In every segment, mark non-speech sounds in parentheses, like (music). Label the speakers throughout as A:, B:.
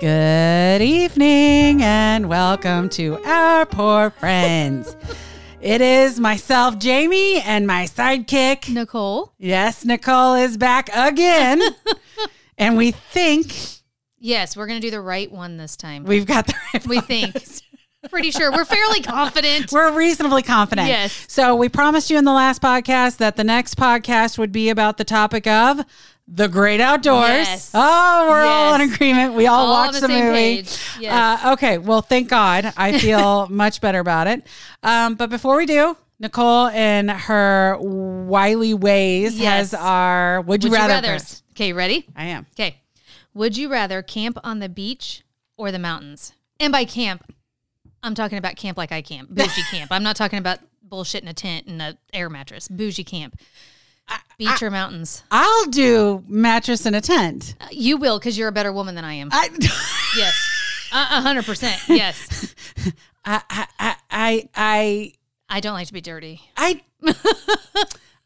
A: Good evening and welcome to Our Poor Friends. it is myself, Jamie, and my sidekick.
B: Nicole.
A: Yes, Nicole is back again. and we think
B: Yes, we're going to do the right one this time.
A: we've got the right (laughs)
B: We think. Pretty sure. We're fairly confident.
A: We're reasonably confident.
B: Yes.
A: So we promised you in the last podcast that the next podcast would be about the topic of the great outdoors.
B: Yes.
A: Oh, we're all
B: Yes.
A: in agreement. We all,
B: All on
A: watched
B: the
A: the,
B: same
A: movie.
B: page. Yes.
A: Uh, okay. Well, thank God. I
B: (laughs)
A: feel much better about it. Um, but before we do, Nicole in her wily ways
B: Yes.
A: has our would you
B: Would you
A: rather? first.
B: rathers? Okay, ready?
A: I am.
B: Okay. Would you rather camp on the beach or the mountains? And by camp, I'm talking about camp like I
A: (laughs)
B: camp, bougie camp. I'm not talking about bullshit in a tent and a air mattress. Bougie camp. Beach or mountains?
A: I'll do mattress in a tent.
B: Uh, You will, because you're a better woman than I am.
A: I, (laughs)
B: yes. Uh, A hundred percent. Yes.
A: I, I, I, I, I
B: I don't like to be dirty.
A: (laughs) I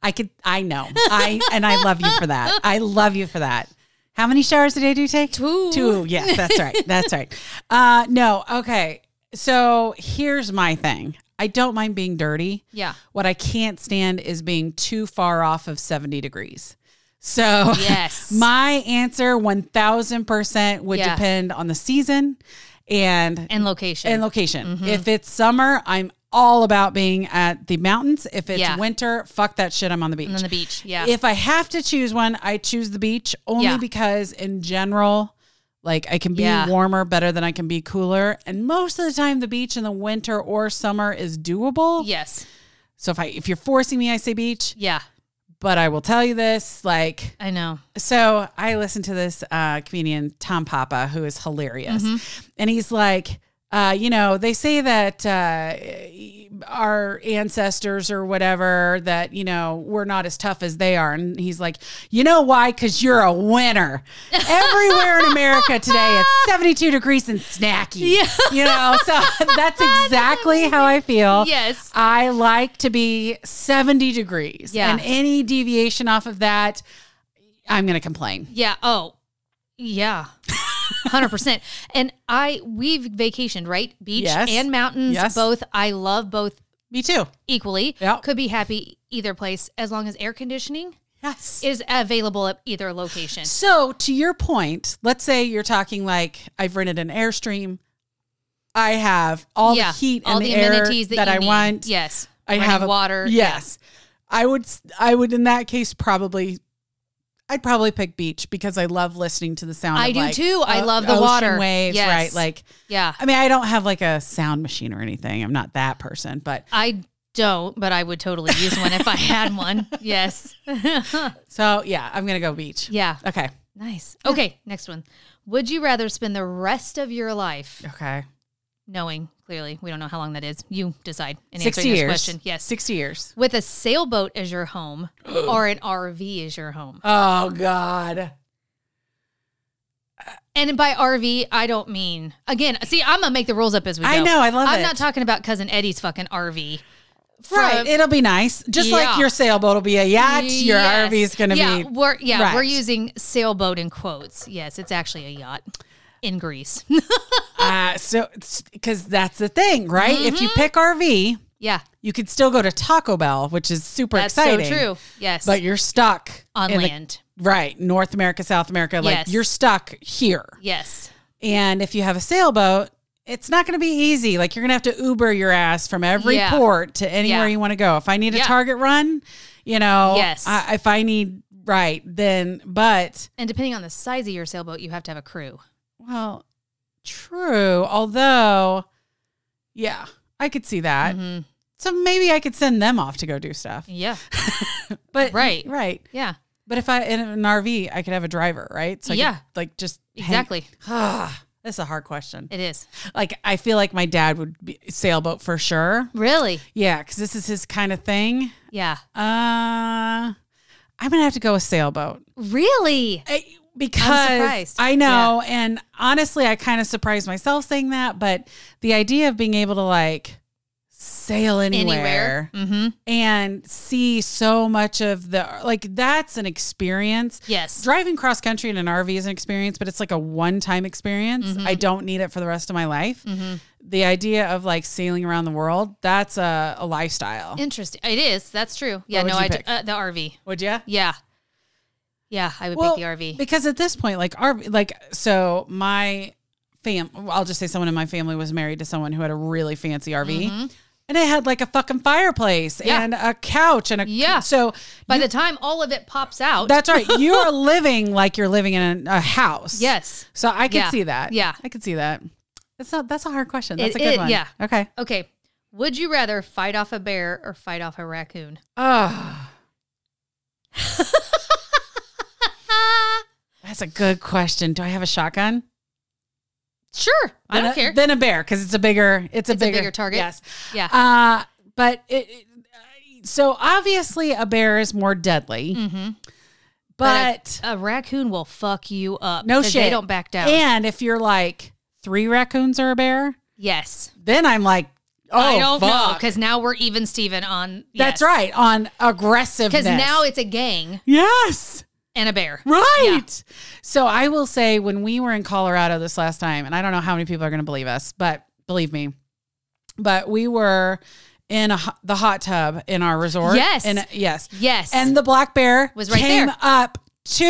A: I could I know. I and I love you for that. I love you for that. How many showers a day do you take?
B: Two.
A: Two. Yes, that's right. That's right. Uh no, okay. So here's my thing. I don't mind being dirty.
B: Yeah.
A: What I can't stand is being too far off of 70 degrees. So
B: Yes.
A: (laughs) my answer 1000% would
B: Yeah.
A: depend on the season and
B: and location.
A: and location. If it's summer, I'm all about being at the mountains. If it's
B: Yeah.
A: winter, fuck that shit. I'm on the beach.
B: and then the beach. Yeah.
A: If I have to choose one, I choose the beach only
B: Yeah.
A: because, in general, like I can be
B: Yeah.
A: warmer better than I can be cooler. And most of the time, the beach in the winter or summer is doable.
B: yes.
A: So if I if you're forcing me, I say beach.
B: Yeah.
A: But I will tell you this, like
B: I know.
A: so I listened to this uh, comedian Tom Papa, who is hilarious, and he's like, uh, you know, they say that uh, our ancestors or whatever that you know we're not as tough as they are, and he's like, you know why? Because you're a winner. Everywhere in America today, it's 72 degrees and snacky.
B: Yeah.
A: You know, so (laughs) that's exactly how I feel.
B: Yes.
A: I like to be 70 degrees.
B: Yeah.
A: And any deviation off of that, I'm going to complain.
B: Yeah. Oh,
A: (laughs)
B: yeah. 100%. And I, we've vacationed, right? Beach
A: Yes.
B: and mountains,
A: Yes.
B: both. I love both
A: Me too.
B: equally.
A: Yeah.
B: Could be happy either place as long as air conditioning
A: Yes.
B: is available at either location.
A: so, to your point, let's say you're talking like I've rented an Airstream. I have all
B: yeah.
A: the heat and
B: all
A: the,
B: the,
A: air
B: amenities that,
A: that,
B: you
A: I
B: need.
A: want.
B: Yes.
A: I
B: Running
A: have a-
B: water.
A: Yes. I would s- I would in that case probably I'd probably pick beach because I love listening to the sound
B: I
A: of,
B: do
A: like,
B: too. I
A: o-
B: love the
A: ocean
B: water.
A: waves,
B: Yes.
A: right? Like
B: Yeah.
A: I mean, I don't have like a sound machine or anything. I'm not that person, but
B: I don't, but I would totally use one if I
A: (laughs)
B: had one. Yes. (laughs)
A: so yeah, I'm gonna go beach.
B: yeah.
A: Okay.
B: Nice. Okay, next one. Would you rather spend the rest of your life
A: Okay.
B: knowing clearly we don't know how long that is? You decide in
A: Sixty
B: answering this
A: years.
B: question. Yes.
A: Sixty years.
B: With a sailboat as your home or an RV as your home.
A: Oh God.
B: And by RV, I don't mean again. See, I'm gonna make the rules up as we go.
A: I know, I love
B: I'm
A: it.
B: not talking about cousin Eddie's fucking RV.
A: Right.
B: From-
A: It'll be nice. Just like
B: Yeah.
A: your sailboat will be a yacht. Your
B: Yes.
A: RV is gonna
B: yeah,
A: be
B: We're, yeah,
A: Right.
B: we're using sailboat in quotes. Yes, it's actually a yacht
A: (laughs)
B: in Greece.
A: uh, so because that's the thing, right? If
B: Mm-hmm.
A: you pick RV,
B: yeah,
A: you could still go to Taco Bell, which is super
B: that's
A: exciting.
B: so true. Yes,
A: But you're stuck
B: on
A: in the-
B: land.
A: right, North America, South America. Like
B: Yes.
A: you're stuck here.
B: yes,
A: And if you have a sailboat, it's not going to be easy. Like you're going to have to Uber your ass from every
B: Yeah.
A: port to anywhere
B: Yeah.
A: you want to go. If I need a
B: Yeah.
A: Target run, you know,
B: Yes.
A: I, if I need right, then but
B: and depending on the size of your sailboat, you have to have a crew.
A: well, true. Although, yeah, I could see that.
B: Mhm.
A: So maybe I could send them off to go do stuff.
B: Yeah,
A: But
B: Right.
A: (laughs) right.
B: yeah,
A: But if I in an RV, I could have a driver, right? I could,
B: Yeah.
A: like just hang-
B: exactly.
A: Ah, (sighs) that's a hard question.
B: It is
A: Like I feel like my dad would be sailboat for sure.
B: really,
A: Yeah, because this is his kind of thing.
B: yeah,
A: Uh, I'm gonna have to go with sailboat
B: really.
A: I, because
B: surprised.
A: I know, and honestly, I kind of surprised myself saying that. But the idea of being able to like sail anywhere,
B: Anywhere. Mm-hmm.
A: and see so much of the like that's an experience.
B: Yes.
A: Driving cross country in an RV is an experience, but it's like a one time experience.
B: Mm-hmm.
A: I don't need it for the rest of my life. The idea of like sailing around the world, that's a, a lifestyle.
B: Interesting. It is. That's true.
A: What
B: Yeah.
A: would
B: No,
A: you
B: I
A: pick?
B: uh, the RV.
A: Would you?
B: Yeah. Yeah, I would pick the RV.
A: Because at this point, like RV, like so my fam, I'll just say someone in my family was married to someone who had a really fancy RV, and it had like a fucking fireplace
B: Mm-hmm. Yeah.
A: and a couch and a
B: Yeah.
A: So
B: By the time all of it pops out,
A: that's right. You are living like you're living in a, a house.
B: yes.
A: So I could
B: Yeah.
A: see that.
B: Yeah.
A: I could see that. That's not. That's a hard question. That's
B: It-
A: a good
B: it-
A: one.
B: yeah.
A: Okay.
B: Okay. Would you rather fight off a bear or fight off a
A: (laughs)
B: raccoon?
A: Oh, that's a good question. Do I have a shotgun?
B: Sure. I
A: Then
B: don't
A: a-
B: care.
A: Then a bear because it's a bigger. It's a,
B: It's a
A: bigger,
B: bigger target.
A: Yes.
B: yeah.
A: Uh, but it, it- so obviously a bear is more deadly,
B: mm-hmm.
A: but,
B: A raccoon will fuck you up.
A: No
B: 'cause
A: shit.
B: They don't back down.
A: and if you're like three raccoons are a bear,
B: yes.
A: then I'm like, oh,
B: I don't know
A: fuck.
B: because now we're even Steven on.
A: That's right on aggressiveness.
B: Because now it's a gang
A: yes.
B: and a bear.
A: Right. So I will say when we were in Colorado this last time, and I don't know how many people are going to believe us, but believe me, but we were in a, ho- the hot tub in our resort.
B: Yes.
A: And uh, yes.
B: Yes.
A: And the black bear
B: Was right
A: came
B: there.
A: up to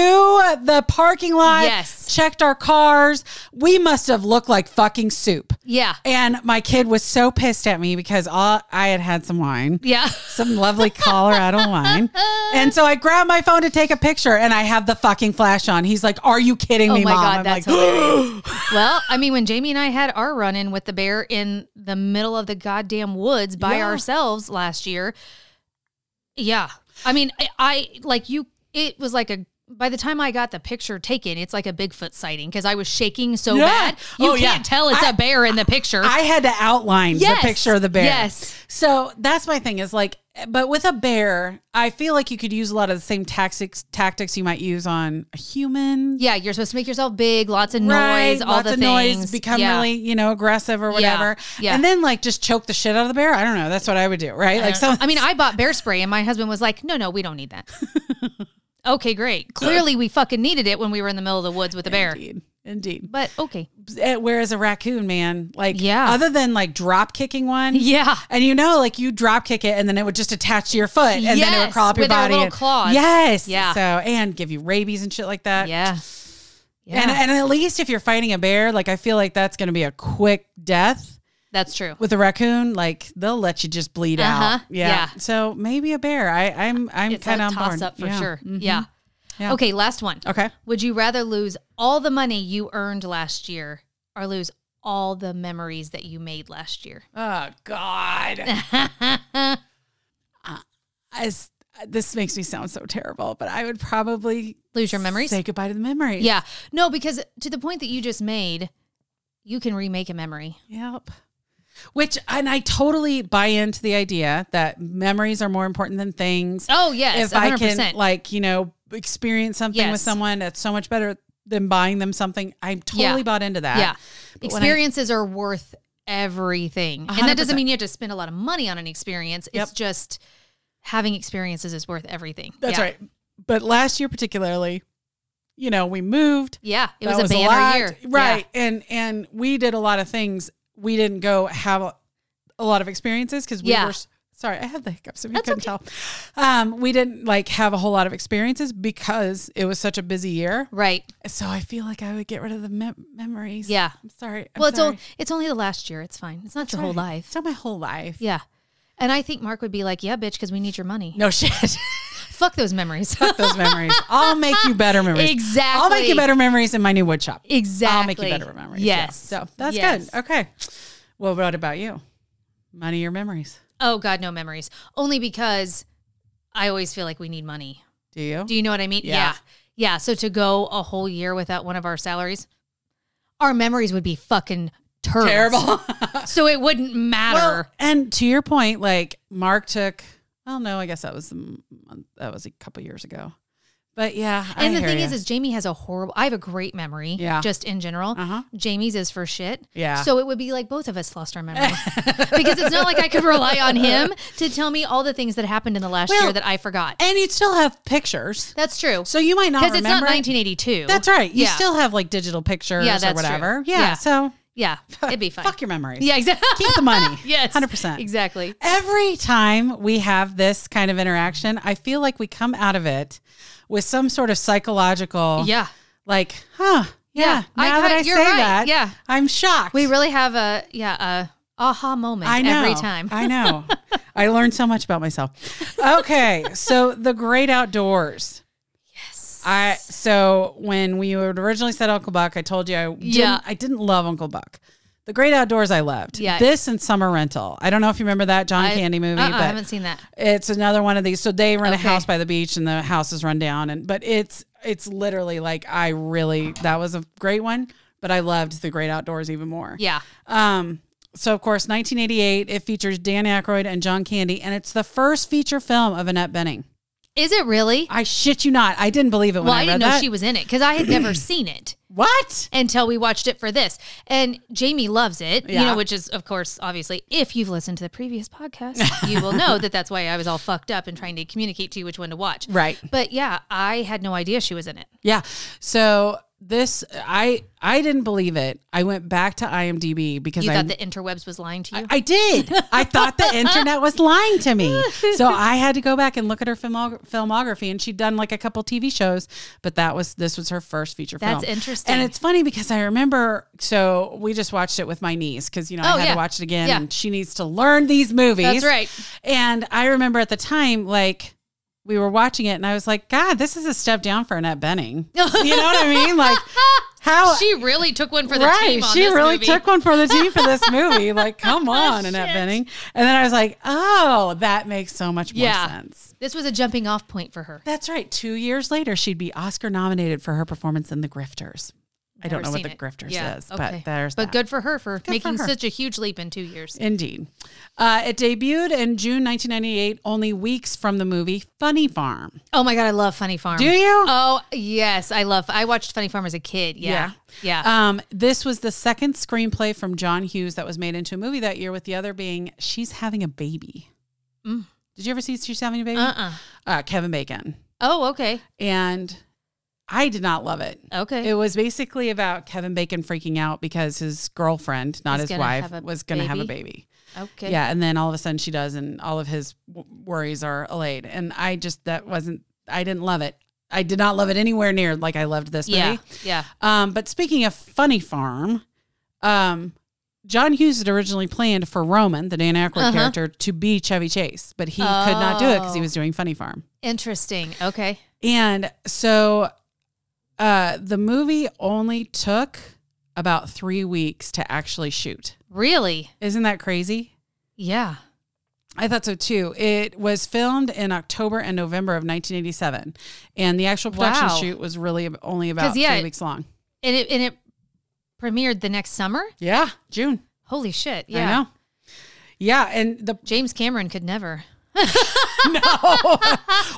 A: the parking lot.
B: Yes.
A: Checked our cars. We must have looked like fucking soup.
B: yeah.
A: And my kid was so pissed at me because all, I had had some wine (laughs)
B: Yeah.
A: some lovely Colorado wine. And so I grab my phone to take a picture and I have the fucking flash on. He's like, Are you kidding
B: Oh
A: me,
B: my
A: mom?
B: God,
A: I'm
B: that's
A: like,
B: hilarious. well, I mean, when Jamie and I had our run in with the bear in the middle of the goddamn woods by
A: Yeah.
B: ourselves last year, yeah. I mean, I, I like you, it was like a, by the time I got the picture taken, it's like a Bigfoot sighting because I was shaking so
A: Yeah.
B: bad. You
A: Oh,
B: can't
A: yeah.
B: tell it's
A: I-
B: a bear in the picture.
A: (gasps) I had to outline
B: Yes.
A: the picture of the bear.
B: Yes.
A: So that's my thing is like, but with a bear, I feel like you could use a lot of the same tactics tactics you might use on a human.
B: yeah, you're supposed to make yourself big, lots of
A: Right,
B: noise, all
A: lots
B: the
A: of
B: things.
A: noise, become
B: Yeah.
A: really, you know, aggressive or whatever.
B: Yeah.
A: And then like just choke the shit out of the bear. I don't know. That's what I would do, right? like some
B: I mean, I bought bear spray and my husband was like, no, no, we don't
A: (laughs)
B: need that. okay, great. Clearly, we fucking needed it when we were in the middle of the woods with a
A: (laughs)
B: bear.
A: indeed. Indeed.
B: But
A: (laughs)
B: okay.
A: Uh, Whereas a raccoon, man, like
B: Yeah.
A: other than like drop kicking one,
B: Yeah.
A: And you know, like you drop kick it, and then it would just attach to your foot, and then it would
B: Yes,
A: crawl up your
B: with their
A: body.
B: little
A: and-
B: claws.
A: Yes.
B: Yeah.
A: So and give you rabies and shit like that.
B: Yeah. Yeah.
A: And and at least if you're fighting a bear, like I feel like that's going to be a quick death.
B: That's true.
A: With a raccoon, like they'll let you just bleed out.
B: Uh-huh.
A: Yeah.
B: Yeah.
A: So maybe a bear. I I'm I'm
B: It's a
A: kind of on board.
B: toss up for
A: Yeah.
B: sure.
A: Mm.
B: Yeah.
A: Yeah.
B: Okay, last one.
A: Okay.
B: Would you rather lose all the money you earned last year or lose all the memories that you made last year? (laughs)
A: Oh God. As this makes me sound so terrible, but I would probably
B: lose your memories?
A: Say goodbye to the memories.
B: Yeah. No, because to the point that you just made, you can remake a memory.
A: Yep. Which, and I totally buy into the idea that memories are more important than things.
B: Oh, yes.
A: if I
B: 100%.
A: can, like, you know, experience something with
B: Yes.
A: someone, that's so much better than buying them something. I'm totally
B: Yeah.
A: bought into that.
B: Yeah.
A: But when I-
B: Experiences are worth everything. And that
A: 100%.
B: doesn't mean you have to spend a lot of money on an experience. It's
A: Yep.
B: just having experiences is worth everything.
A: That's
B: Yeah.
A: right. But last year, particularly, you know, we moved.
B: Yeah. It
A: That
B: was a banner
A: lot.
B: year.
A: Right. And, and we did a lot of things. We didn't go have a, a lot of experiences because we
B: Yeah.
A: were. s- Sorry, I had the hiccups. If you couldn't tell, um, we didn't like have a whole lot of experiences because it was such a busy year.
B: Yeah. Right.
A: So I feel like I would get rid of the mem- memories.
B: Yeah.
A: I'm sorry. I'm
B: well, it's,
A: sorry.
B: only, it's only the last year. It's fine. It's not your whole
A: Sorry. It's
B: life.
A: not my whole life.
B: Yeah. And I think Mark would be like, yeah, bitch, because we need your money.
A: No shit. (laughs)
B: (laughs) Fuck those memories. (laughs)
A: Fuck those memories. I'll make you better memories.
B: exactly.
A: I'll make you better memories in my new wood shop.
B: Exactly.
A: I'll make you better memories. yeah.
B: Yes.
A: So that's
B: Yes.
A: good. Okay. Well, what about you? Money or memories?
B: Oh God, no memories. Only because I always feel like we need money.
A: Do you?
B: Do you know what I mean?
A: Yeah.
B: yeah. Yeah, So to go a whole year without one of our salaries, our memories would be fucking terrible. (laughs)
A: Terrible.
B: So it wouldn't
A: well,
B: matter.
A: and to your point, like Mark took. Well, no, I guess that was the m- month- that was a couple years ago. But yeah, I
B: And the
A: hear
B: thing
A: ya.
B: is, is Jamie has a horrible. I have a great memory.
A: Yeah.
B: Just in general,
A: Uh-huh.
B: Jamie's is for shit.
A: Yeah.
B: So it would be like both of us lost
A: (laughs)
B: our memory because it's not like I could rely on him to tell me all the things that happened in the last
A: Well,
B: year that I forgot.
A: and you still have pictures,
B: That's true.
A: so you might not
B: Because
A: remember
B: it's not
A: it.
B: 1982.
A: That's right. You
B: Yeah.
A: still have like digital pictures
B: Yeah, that's
A: or
B: true.
A: whatever. Yeah,
B: Yeah.
A: So
B: Yeah.
A: (laughs)
B: It'd be fun.
A: fuck your memories.
B: Yeah. Exactly.
A: Keep the
B: (laughs)
A: money.
B: yes.
A: 100%.
B: Exactly.
A: Every time we have this kind of interaction, I feel like we come out of it with some sort of psychological,
B: Yeah.
A: like, huh, yeah.
B: Yeah. I
A: now that
B: got-
A: I say
B: you're right.
A: that,
B: Yeah.
A: I'm shocked.
B: We really have a yeah a aha moment
A: I know.
B: every time.
A: I
B: (laughs)
A: know. I learned so much about myself. Okay, so the great outdoors. Yes. I so when we would originally said Uncle Buck, I told you I didn't,
B: Yeah.
A: I didn't love Uncle Buck. The Great Outdoors I loved.
B: Yeah.
A: This and Summer Rental. I don't know if you remember that John
B: I-
A: Candy movie,
B: uh-uh,
A: but
B: I haven't seen that.
A: it's another one of these. So they rent a
B: Okay.
A: house by the beach and the house is run down and but it's it's literally like I really that was a great one, but I loved The Great Outdoors even more.
B: Yeah.
A: Um, so of course, 1988. It features Dan Aykroyd and John Candy, and it's the first feature film of Annette Benning.
B: Is it really?
A: I shit you not. I didn't believe it when
B: well,
A: I,
B: I,
A: read
B: didn't know
A: that.
B: she was in it because I had never (clears throat) seen it
A: what?
B: until we watched it for this. And Jamie loves it, you
A: Yeah.
B: know, which is, of course, obviously, if you've listened to the previous
A: (laughs)
B: podcast, you will know that that's why I was all fucked up and trying to communicate to you which one to watch.
A: Right.
B: But yeah, I had no idea she was in it.
A: Yeah. So this, I I didn't believe it. I went back to IMDb because
B: You
A: I
B: thought the interwebs was lying to you?
A: (laughs) I did. I thought the internet was lying to me. So I had to go back and look at her filmog- filmography and she'd done like a couple TV shows, but that was this was her first feature film.
B: That's interesting.
A: And it's funny because I remember so we just watched it with my niece cuz you know
B: Oh,
A: I had
B: yeah.
A: to watch it again
B: Yeah.
A: and she needs to learn these movies.
B: That's right.
A: And I remember at the time like we were watching it and I was like, God, this is a step down for Annette
B: (laughs)
A: Benning. you know what I mean? Like how
B: she really took one for the
A: right.
B: team on
A: she
B: this
A: really
B: movie. Oh,
A: took one for the team for this
B: (laughs)
A: movie. Like, come on, Annette
B: Shit.
A: Benning. And then I was like, oh, that makes so much more
B: Yeah.
A: sense.
B: This was a jumping off point for her.
A: That's right. Two years later, she'd be Oscar nominated for her performance in The Grifters. I don't
B: Never
A: know what
B: seen
A: The
B: it.
A: Grifters
B: Yeah,
A: is,
B: okay.
A: but there's
B: But
A: that.
B: good for her for making
A: her.
B: such a huge leap in two years.
A: Indeed. Uh, it debuted in June 1998, only weeks from the movie Funny Farm.
B: Oh my god, I love Funny Farm.
A: Do you?
B: Oh yes, I love. I watched Funny Farm as a kid. Yeah,
A: (laughs)
B: yeah.
A: Um, this was the second screenplay from John Hughes that was made into a movie that year, with the other being She's Having a Baby.
B: Mm.
A: Did you ever see She's Having a Baby?
B: Uh uh
A: uh, Kevin Bacon.
B: Oh okay,
A: And I did not love it.
B: okay.
A: It was basically about Kevin Bacon freaking out because his girlfriend, not
B: Is
A: his
B: gonna
A: wife,
B: have a
A: was going to have a baby.
B: okay.
A: Yeah. And then all of a sudden she does, and all of his w- worries are allayed. And I just, that wasn't, I didn't love it. I did not love it anywhere near like I loved this movie.
B: yeah, yeah.
A: Um, but speaking of Funny Farm, um, John Hughes had originally planned for Roman, the Dan Aykroyd
B: Uh-huh.
A: character, to be Chevy Chase, but he could not do it because he
B: Oh.
A: was doing Funny Farm.
B: Interesting. Okay.
A: And so uh the movie only took about 3 weeks to actually shoot.
B: Really?
A: Isn't that crazy?
B: Yeah.
A: I thought so too. It was filmed in October and November of 1987, and the actual production
B: Wow.
A: shoot was really only about
B: 'Cause, yeah,
A: 3 weeks long.
B: And it and it premiered the next summer.
A: Yeah, June.
B: Holy shit!
A: I
B: Yeah.
A: know. Yeah, and the
B: James Cameron could never.
A: no.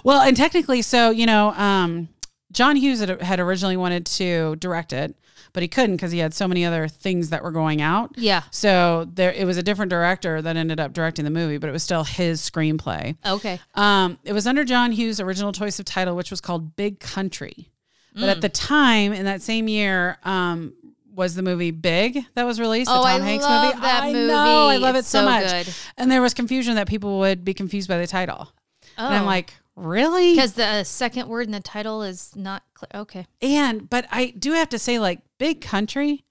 A: well, and technically, so you know, um, John Hughes had, had originally wanted to direct it, but he couldn't because he had so many other things that were going out.
B: Yeah.
A: So there, it was a different director that ended up directing the movie, but it was still his screenplay.
B: Okay.
A: Um, it was under John Hughes' original choice of title, which was called Big Country. But
B: Mm.
A: at the time, in that same year, um, was the movie Big that was released?
B: Oh,
A: the
B: I
A: Tom Hanks
B: love
A: movie.
B: that
A: I know, I
B: movie.
A: love
B: It's
A: it so,
B: so
A: much.
B: good.
A: And there was confusion that people would be confused by the title.
B: Oh.
A: And I'm like, really?
B: because the second word in the title is not clear. Okay,
A: And but I do have to say, like, Big Country,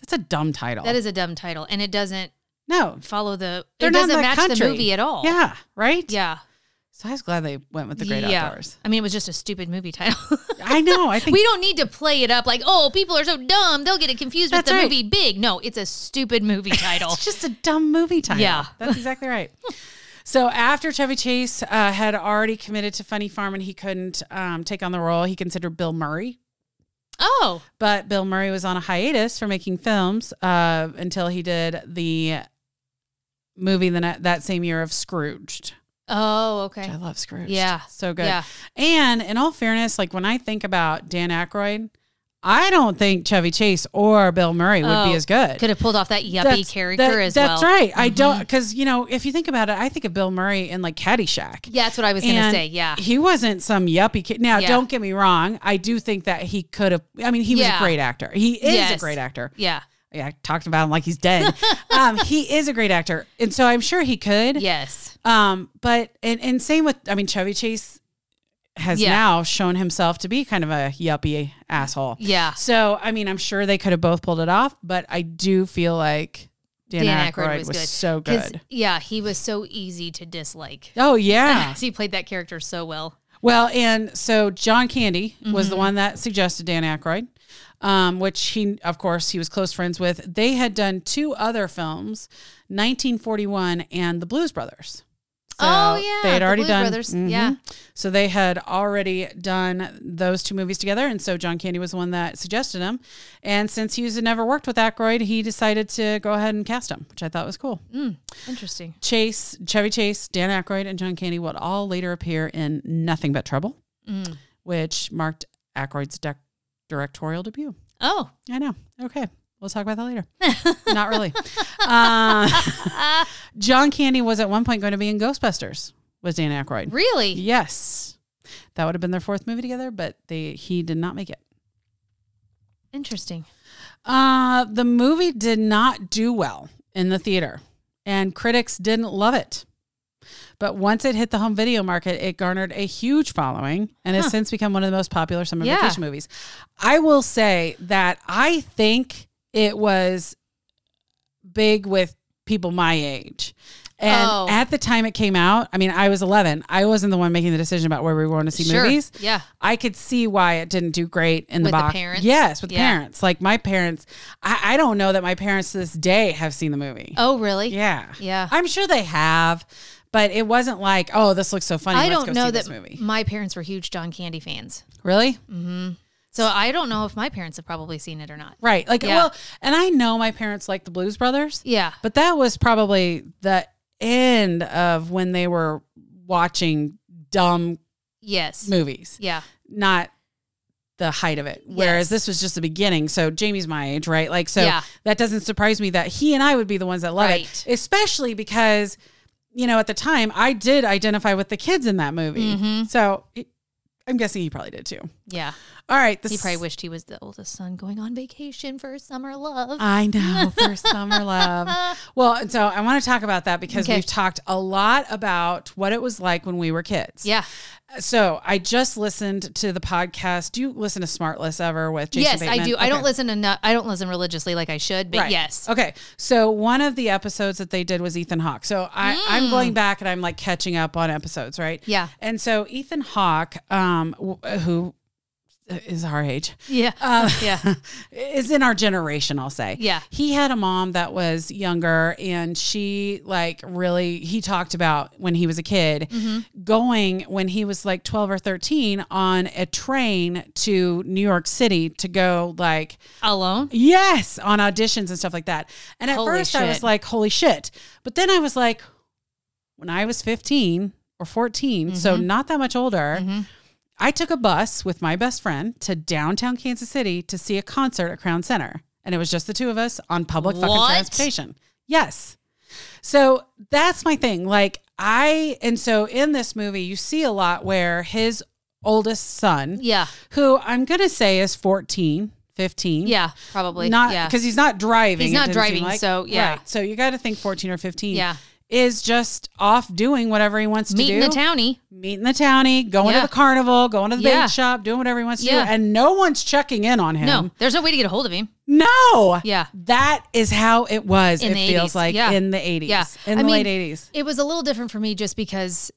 A: that's a dumb title.
B: that is a dumb title, and it doesn't
A: no.
B: follow the.
A: They're
B: it
A: not in
B: doesn't
A: that
B: match
A: country.
B: the movie at all.
A: Yeah, right?
B: Yeah.
A: So I was glad they went with the great outdoors.
B: I mean, it was just a stupid movie title. (laughs)
A: I know. I think
B: we don't need to play it up like, oh, people are so dumb. They'll get it confused
A: That's
B: with the
A: right.
B: movie Big. No, it's a
A: (laughs)
B: stupid movie title.
A: it's just a dumb movie title.
B: Yeah.
A: That's exactly right. so after Chevy Chase uh, had already committed to Funny Farm and he couldn't um, take on the role, he considered Bill Murray.
B: oh,
A: But Bill Murray was on a hiatus for making films uh, until he did the movie the ne- that same year of Scrooged.
B: Oh, okay.
A: I love Scrooge.
B: Yeah.
A: So good.
B: Yeah.
A: And in all fairness, like when I think about Dan Aykroyd, I don't think Chevy Chase or Bill Murray would
B: Oh,
A: be as good.
B: Could have pulled off that yuppie
A: That's-
B: character
A: that-
B: as
A: That's
B: well. Mm-hmm.
A: right. I don't, because, you know, if you think about it, I think of Bill Murray in like Caddyshack.
B: Yeah, that's what I was gonna
A: And
B: say. Yeah.
A: He wasn't some yuppie kid. Now,
B: Yeah.
A: don't get me wrong. I do think that he could have, I mean, he was
B: Yeah.
A: a great actor. He is
B: Yes.
A: a great actor. (laughs)
B: Yeah.
A: Yeah, I talked about him like he's dead. (laughs) um, he is a great actor. And so I'm sure he could.
B: Yes.
A: Um, but and, and same with I mean Chevy Chase has
B: Yeah.
A: now shown himself to be kind of a yuppie asshole.
B: Yeah.
A: So I mean I'm sure they could have both pulled it off, but I do feel like Dan,
B: Dan
A: Aykroyd, was,
B: good.
A: so
B: 'Cause,
A: good.
B: Yeah, he was so easy to dislike.
A: Oh yeah.
B: (laughs) he played that character so well.
A: well, and so John Candy was the
B: Mm-hmm.
A: one that suggested Dan Aykroyd, um, which he of course he was close friends with. They had done two other films, 1941 and The Blues Brothers.
B: oh
A: So
B: yeah,
A: they had
B: the
A: already
B: Blues
A: done.
B: Brothers.
A: Mhm.
B: Yeah,
A: So they had already done those two movies together, and so John Candy was the one that suggested him. And since Hughes had never worked with Aykroyd, he decided to go ahead and cast him, which I thought was cool. Mm-hmm.
B: interesting.
A: Chase, Chevy Chase, Dan Aykroyd, and John Candy would all later appear in Nothing But Trouble,
B: Mm.
A: which marked Aykroyd's dec- directorial debut.
B: Oh,
A: I know. Okay. We'll talk about that later. Not really. Uh, (laughs) John Candy was at one point going to be in Ghostbusters with Dan Aykroyd.
B: really?
A: Yes. That would have been their fourth movie together, but they he did not make it.
B: Interesting.
A: Uh, the movie did not do well in the theater, and critics didn't love it. But once it hit the home video market, it garnered a huge following and has since become one of the most popular summer
B: Yeah.
A: vacation movies. I will say that I think it was big with people my age. And
B: Oh.
A: at the time it came out, I mean, I was 11. I wasn't the one making the decision about where we were going to see
B: Sure.
A: movies. (laughs)
B: Yeah.
A: I could see why it didn't do great in the
B: With the
A: box.
B: parents?
A: Yes, with
B: Yeah.
A: parents. Like my parents, I, I don't know that my parents to this day have seen the movie.
B: Oh, really?
A: Yeah.
B: Yeah.
A: I'm sure they have, but it wasn't like, oh, this looks so funny.
B: I
A: Let's
B: don't
A: go
B: know
A: see
B: that
A: this movie.
B: my parents were huge John Candy fans, Mm-hmm.
A: Really?
B: so I don't know if my parents have probably seen it or not.
A: Right. Like,
B: Yeah.
A: well, and I know my parents liked the Blues Brothers,
B: Yeah.
A: but that was probably the end of when they were watching dumb
B: Yes.
A: movies,
B: Yeah.
A: not the height of it. Whereas
B: Yes.
A: this was just the beginning. So Jamie's my age, right? Like, so.
B: yeah.
A: that doesn't surprise me that he and I would be the ones that love
B: Right.
A: it, especially because, you know, at the time I did identify with the kids in that movie.
B: Mhm.
A: So it- I'm guessing he probably did too.
B: Yeah.
A: All right. This
B: He probably wished he was the oldest son going on vacation for summer love. Uh,
A: I
B: (laughs)
A: know for summer love. Well, and so I want to talk about that because
B: Okay.
A: we've talked a lot about what it was like when we were kids.
B: yeah.
A: So I just listened to the podcast. Do you listen to Smartless ever with Jason
B: Yes, I
A: Bateman?
B: do. I don't
A: Okay. Oh,
B: listen enough. I don't listen religiously like I should, but yes.
A: Okay. So one of the episodes that they did was Ethan Hawke. So I, I'm going back and I'm like catching up on episodes, right?
B: Mm. Yeah.
A: And so Ethan Hawke, um, w- who is our age,
B: Yeah.
A: um,
B: (laughs) Uh, yeah.
A: (laughs) is in our generation, I'll say.
B: Yeah.
A: He had a mom that was younger and she like really he talked about when he was a kid
B: Mm-hmm.
A: going when he was like 12 or 13 on a train to New York City to go like
B: Alone?
A: Yes, on auditions and stuff like that. And at
B: Holy
A: first I was
B: shit.
A: like, holy shit. But then I was like, when I was 15 or 14, so
B: Mm-hmm.
A: not that much older, I took a bus with my best friend to downtown Kansas City to see a concert at Crown Center. And it was just the two of us on public
B: What?
A: fucking transportation. Yes. So that's my thing. Like, I, and so in this movie, you see a lot where his oldest son,
B: Yeah.
A: (laughs) who I'm going to say is 14, 15.
B: Yeah. Probably.
A: Not
B: yeah.
A: because he's not driving.
B: He's
A: it
B: not
A: didn't seem
B: driving, so, yeah.
A: So you got to think fourteen or fifteen.
B: Yeah.
A: is just off doing whatever he wants to
B: meeting
A: do.
B: the townie.
A: meeting the townie, going
B: Yeah.
A: to the carnival, going to the
B: Yeah.
A: bait shop, doing whatever he wants to
B: Yeah.
A: do, and no one's checking in on him.
B: No, there's no way to get a hold of him.
A: No.
B: Yeah.
A: that is how it was.
B: In
A: it
B: the
A: feels
B: 80s.
A: like
B: Yeah.
A: in the eighties.
B: Yeah.
A: in
B: I
A: the
B: mean,
A: late eighties.
B: It was a little different for me just because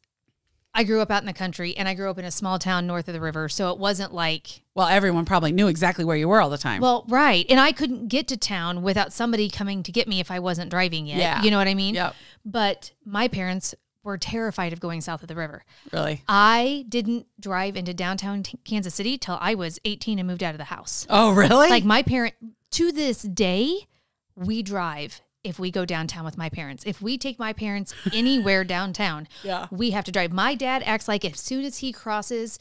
B: I grew up out in the country and I grew up in a small town north of the river. So it wasn't like,
A: Well, everyone probably knew exactly where you were all the time.
B: well, right. And I couldn't get to town without somebody coming to get me if I wasn't driving yet.
A: Yeah.
B: You know what I mean?
A: Yep.
B: But my parents were terrified of going south of the river.
A: really.
B: I didn't drive into downtown T- Kansas City till I was 18 and moved out of the house.
A: Oh, really?
B: Like my parent to this day, we drive if we go downtown with my parents. If we take my
A: (laughs)
B: parents anywhere downtown,
A: Yeah.
B: we have to drive. My dad acts like as soon as he crosses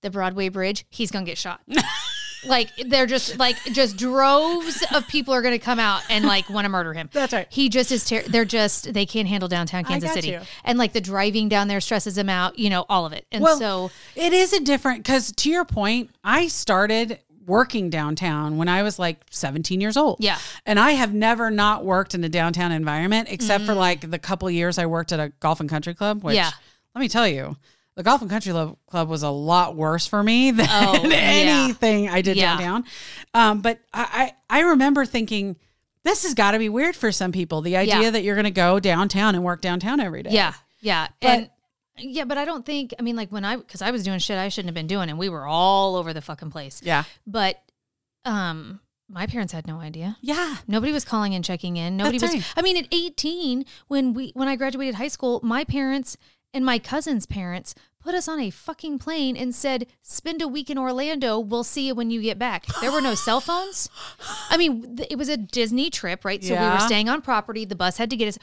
B: the Broadway Bridge, he's gonna get
A: (laughs)
B: shot. like they're just like just droves of people are gonna come out and like want to murder him.
A: That's right.
B: He just is. Ter- they're just they can't handle downtown Kansas
A: got
B: City,
A: you.
B: and like the driving down there stresses him out. You know all of it, and
A: Well,
B: so
A: it is a different because to your point, I started working downtown when I was like 17 years old.
B: Yeah.
A: And I have never not worked in a downtown environment except for like the couple of years I worked at a golf and country club, which
B: Mm. Yeah.
A: let me tell you, the golf and country lo- club was a lot worse for me (laughs) than
B: Oh, yeah.
A: anything I did
B: Yeah.
A: downtown. Um, but I, I, I remember thinking, this has got to be weird for some people. The idea
B: Yeah.
A: that you're going to go downtown and work downtown every day.
B: Yeah, yeah, and yeah, but I don't think. I mean, like when I because I was doing shit I shouldn't have been doing, and we were all over the fucking place.
A: Yeah.
B: But um, my parents had no idea.
A: Yeah.
B: Nobody was calling and checking in. Nobody
A: That's
B: was.
A: right.
B: I mean, at eighteen, when we when I graduated high school, my parents and my cousin's parents put us on a fucking plane and said, "Spend a week in Orlando. We'll see you when you get back."
A: (gasps)
B: There were no cell phones. I mean, th- it was a Disney trip, right? So we
A: Yeah.
B: were staying on property. The bus had to get us.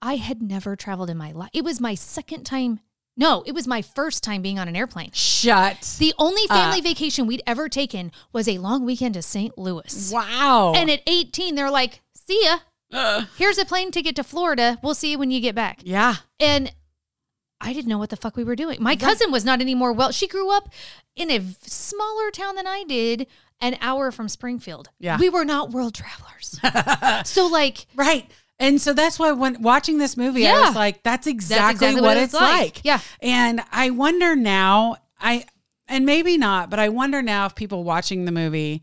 B: I had never traveled in my life. It was my second time. No, it was my first time being on an airplane.
A: Shut.
B: The only
A: Uh.
B: family vacation we'd ever taken was a long weekend to St. Louis.
A: Wow.
B: And at 18, they're like, see ya. Here's a plane ticket to Florida. We'll see you when you get back.
A: Uh. yeah.
B: And I didn't know what the fuck we were doing. My cousin was not any more well. She grew up in a v- smaller town than I did, an hour from Springfield.
A: Yeah.
B: We were not
A: (laughs)
B: world travelers. so, like,
A: Right. And so that's why when watching this movie, I
B: Yeah.
A: was like, that's exactly,
B: exactly
A: what, it's like.
B: Yeah.
A: And I wonder now, I and maybe not, but I wonder now if people watching the movie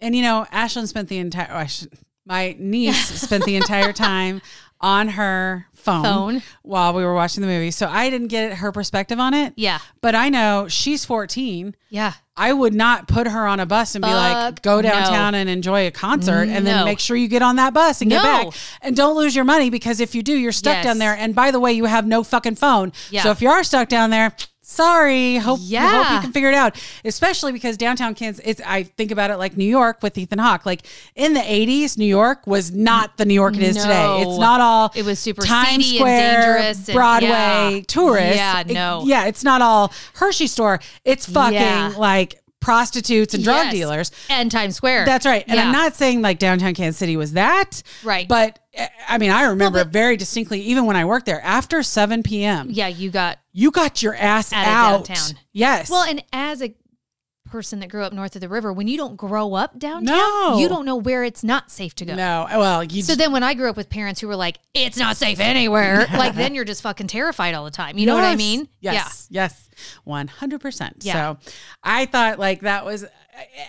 A: and you know, Ashlyn spent the entire oh, I should, my niece (laughs) spent the entire time on her phone,
B: Phone.
A: while we were watching the movie. So I didn't get her perspective on it.
B: yeah.
A: But I know she's 14.
B: Yeah.
A: I would not put her on a bus and be like,
B: Fuck
A: go
B: no.
A: downtown and enjoy a concert and then
B: No.
A: make sure you get on that bus and get
B: No.
A: back. And don't lose your money because if you do, you're stuck
B: Yes.
A: down there. And by the way, you have no fucking phone.
B: Yeah.
A: So if you are stuck down there, sorry. Hope, hope you
B: Yeah.
A: can figure it out. Especially because downtown Kansas, it's, I think about it like New York with Ethan Hawke. Like in the 80s, New York was not the New York it is today. It's
B: No.
A: not all
B: It was super
A: Times
B: seedy and
A: Square,
B: dangerous and-
A: Broadway,
B: yeah.
A: tourists.
B: Yeah,
A: It-
B: no.
A: yeah, it's not all Hershey store. It's fucking
B: Yeah.
A: like prostitutes and drug
B: Yes.
A: dealers.
B: And Times Square.
A: That's right. And
B: Yeah.
A: I'm not saying like downtown Kansas City was that.
B: Right.
A: But eh, I mean, I remember very distinctly, even when I worked there, after 7 p.m.,
B: Yeah, you got
A: you got your ass
B: Out
A: out.
B: of downtown.
A: Yes.
B: Well, and as a person that grew up north of the river, when you don't grow up downtown,
A: No.
B: you don't know where it's not safe to go.
A: no. Well, you
B: So then when I grew up with parents who were like, it's not
A: (laughs)
B: safe anywhere, like then you're just fucking terrified all the time. You know what I
A: Yes.
B: mean?
A: Yes. Yes. 100%.
B: Yeah.
A: So I thought like that was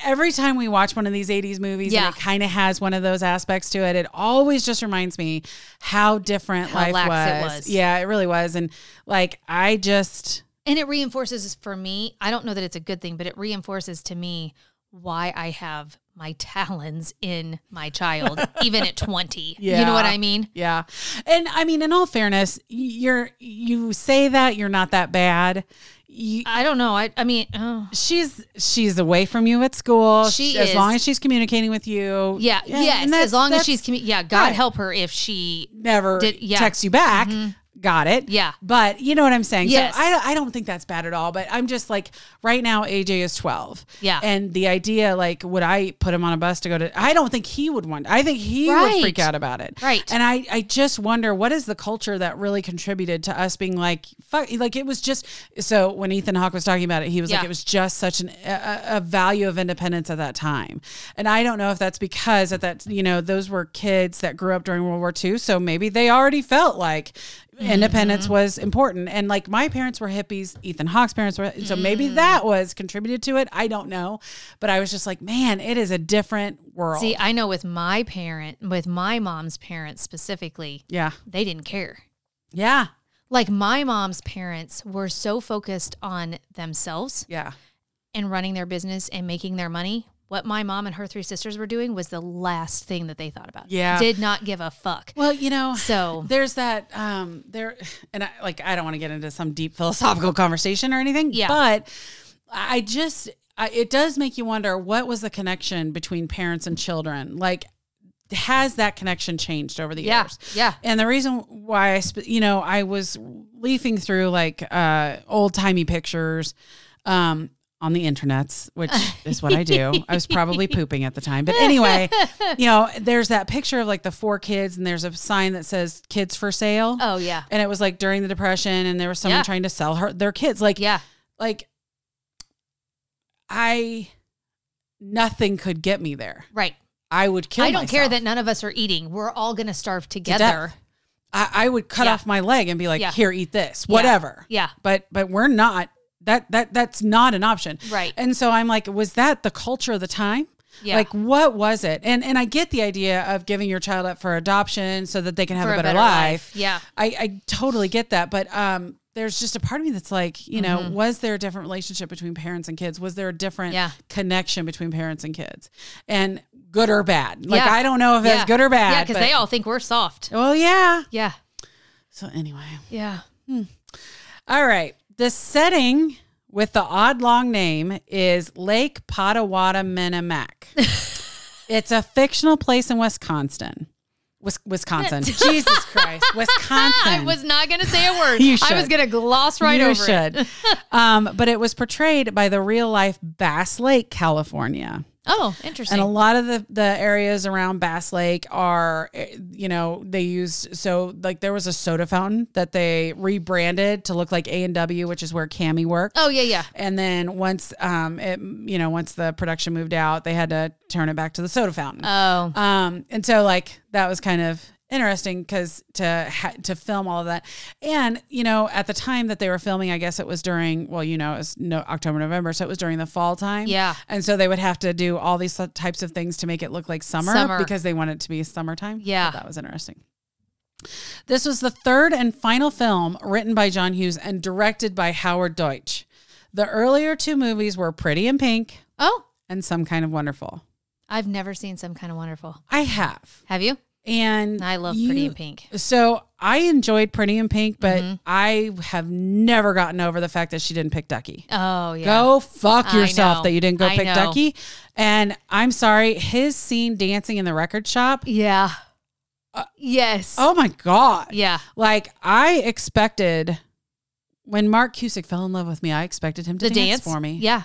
A: every time we watch one of these 80s movies
B: Yeah.
A: and it kind of has one of those aspects to it, it always just reminds me how different
B: How
A: life
B: lax it
A: was.
B: was.
A: Yeah, it really was. And like, I just,
B: Yeah. And it reinforces for me, I don't know that it's a good thing, but it reinforces to me why I have my talons in my
A: (laughs)
B: child, even at 20. You know what
A: Yeah.
B: I mean?
A: yeah. And I mean, in all fairness, you're, you say that you're not that bad. You,
B: I don't know. I, I mean, oh.
A: She's she's away from you at school.
B: She
A: as
B: is.
A: long as she's communicating with you.
B: yeah,
A: Yeah,
B: yes.
A: and that's-
B: As long
A: that's-
B: as she's, commu- yeah, God
A: Right.
B: help her if she
A: never
B: Did- yeah. Mm-hmm.
A: text you back. Got it.
B: Yeah.
A: But you know what I'm saying?
B: Yes.
A: So I, I don't think that's bad at all. But I'm just like, right now, AJ is 12.
B: Yeah.
A: And the idea, like, would I put him on a bus to go to, I don't think he would want, I think he would
B: Right.
A: freak out about it.
B: Right.
A: And I, I just wonder what is the culture that really contributed to us being like, fuck, like it was just, so when Ethan Hawke was talking about it, he was like,
B: Yeah.
A: it was just such an, a, a value of independence at that time. And I don't know if that's because at that, you know, those were kids that grew up during World War II. So maybe they already felt like independence was important. And like my parents were hippies, Ethan Hawke's parents were. So maybe that was contributed to it. I don't know. But I was just like, man, it is a different world.
B: See, I know with my parent, with my mom's parents specifically,
A: yeah.
B: they didn't care.
A: Yeah.
B: Like my mom's parents were so focused on themselves
A: Yeah.
B: and running their business and making their money. What my mom and her three sisters were doing was the last thing that they thought about.
A: Yeah.
B: Did not give a fuck.
A: Well, you know,
B: So,
A: there's that um there and I like I don't want to get into some deep philosophical conversation or anything,
B: Yeah.
A: but I just I, it does make you wonder what was the connection between parents and children? Like has that connection changed over the
B: Yeah,
A: years?
B: yeah.
A: And the reason why I, sp- you know, I was leafing through like uh, old timey pictures um, on the internets, which is what I do. I was
B: (laughs)
A: probably pooping at the time, but anyway, you know, there's that picture of like the four kids, and there's a sign that says "Kids for Sale."
B: Oh yeah.
A: and it was like during the depression and there was someone
B: Yeah.
A: trying to sell her their kids like
B: Yeah.
A: like i nothing could get me there
B: Right.
A: i would kill
B: I don't care
A: myself
B: that none of us are eating. We're all going to starve
A: to
B: together.
A: death. I, I would cut
B: Yeah.
A: off my leg and be like
B: Yeah.
A: here eat this
B: Yeah.
A: whatever
B: Yeah.
A: but but we're not that that that's not an option
B: Right.
A: and so i'm like was that the culture of the time
B: Yeah.
A: Like what was it? And and I get the idea of giving your child up for adoption so that they can have
B: For
A: a better, life.
B: Yeah.
A: I, I totally get that. But um, there's just a part of me that's like, you know, was there a different relationship between parents and kids? Was there a different
B: Mm-hmm. Yeah.
A: connection between parents and kids? And good or bad? Like,
B: Yeah.
A: I don't know if
B: yeah.
A: that's good or bad.
B: Yeah, because
A: but-
B: they all think we're soft.
A: Well, yeah.
B: Yeah.
A: So, anyway.
B: Yeah.
A: All right. The setting with the odd long name is Lake
B: (laughs)
A: Potawatominamak. it's a fictional place in Wisconsin. Wis-
B: (laughs)
A: Wisconsin. Jesus Christ. Wisconsin.
B: Ah, I was not going to say (laughs) a word.
A: You
B: I was
A: should.
B: going to gloss right
A: you
B: over it. (laughs)
A: should. um, but it was portrayed by the real life Bass Lake, California.
B: Oh, interesting.
A: And a lot of the, the areas around Bass Lake are, eh, you know, they used so like there was a soda fountain that they rebranded to look like A and W, which is where Cami worked.
B: oh, yeah, yeah.
A: And then once, um, it you know, once the production moved out, they had to turn it back to the soda fountain.
B: Oh,
A: Um, and so like that was kind of interesting because to ha- to film all of that, and you know at the time that they were filming, I guess it was during well you know it was no October November, so it was during the fall time.
B: Yeah.
A: and so they would have to do all these types of things to make it look like summer,
B: Summer.
A: because they want it to be summertime.
B: Yeah.
A: So that was interesting. This was the third and final film written by John Hughes and directed by Howard Deutsch. The earlier two movies were Pretty in Pink
B: oh,
A: and Some Kind of Wonderful.
B: I've never seen some kind of wonderful.
A: I have.
B: Have you?
A: And
B: I love Pretty
A: you-
B: in Pink. Mm-hmm.
A: So I enjoyed Pretty in Pink, but I have never gotten over the fact that she didn't pick Ducky.
B: Oh, yeah.
A: Go fuck
B: I know.
A: yourself that you didn't go
B: I
A: pick
B: know.
A: Ducky. And I'm sorry, his scene dancing in the record shop.
B: Yeah. yes.
A: Oh my God.
B: yeah.
A: Like I expected when Mark Cusick fell in love with me, I expected him to
B: The
A: dance,
B: dance
A: for me.
B: Yeah.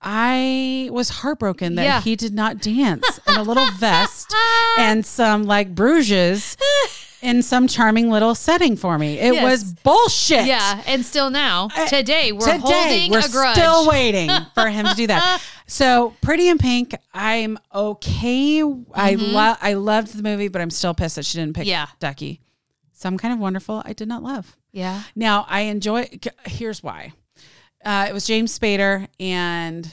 A: I was heartbroken that
B: Yeah.
A: he did not dance in a little
B: (laughs)
A: vest and some like bruges in some charming little setting for me. It
B: Yes.
A: was bullshit.
B: Yeah. And still now,
A: I-
B: today, we're
A: Uh, Today,
B: holding
A: we're
B: a grudge.
A: still
B: (laughs)
A: waiting for him to do that. So, Pretty in Pink, I'm okay. I love, I loved the movie, but I'm still pissed that she didn't pick
B: Mm-hmm. Yeah.
A: Ducky. Some kind of wonderful. I did not love.
B: yeah.
A: Now I enjoy. c- Here's why. Uh, it was James Spader and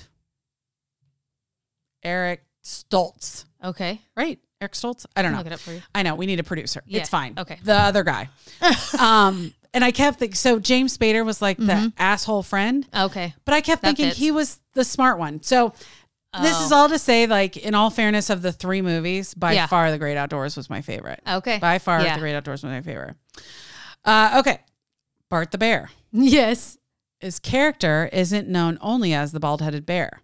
A: Eric Stoltz,
B: Okay.
A: right? Eric Stoltz. I don't
B: I'll look
A: know.
B: it up for you.
A: I know we need a producer.
B: Yeah,
A: It's fine.
B: okay.
A: The other
B: (laughs)
A: guy. um, and I kept thinking. So James Spader was like the asshole friend,
B: Okay.
A: but I kept
B: Mm-hmm. That
A: thinking
B: fits.
A: he was the smart one. So. This
B: Oh.
A: is all to say, like, in all fairness, of the three movies, by
B: Yeah.
A: far The Great Outdoors was my favorite.
B: Okay.
A: By far,
B: Yeah.
A: The Great Outdoors was my favorite. Uh, okay. Bart the Bear.
B: (laughs) Yes.
A: His character isn't known only as the bald headed bear.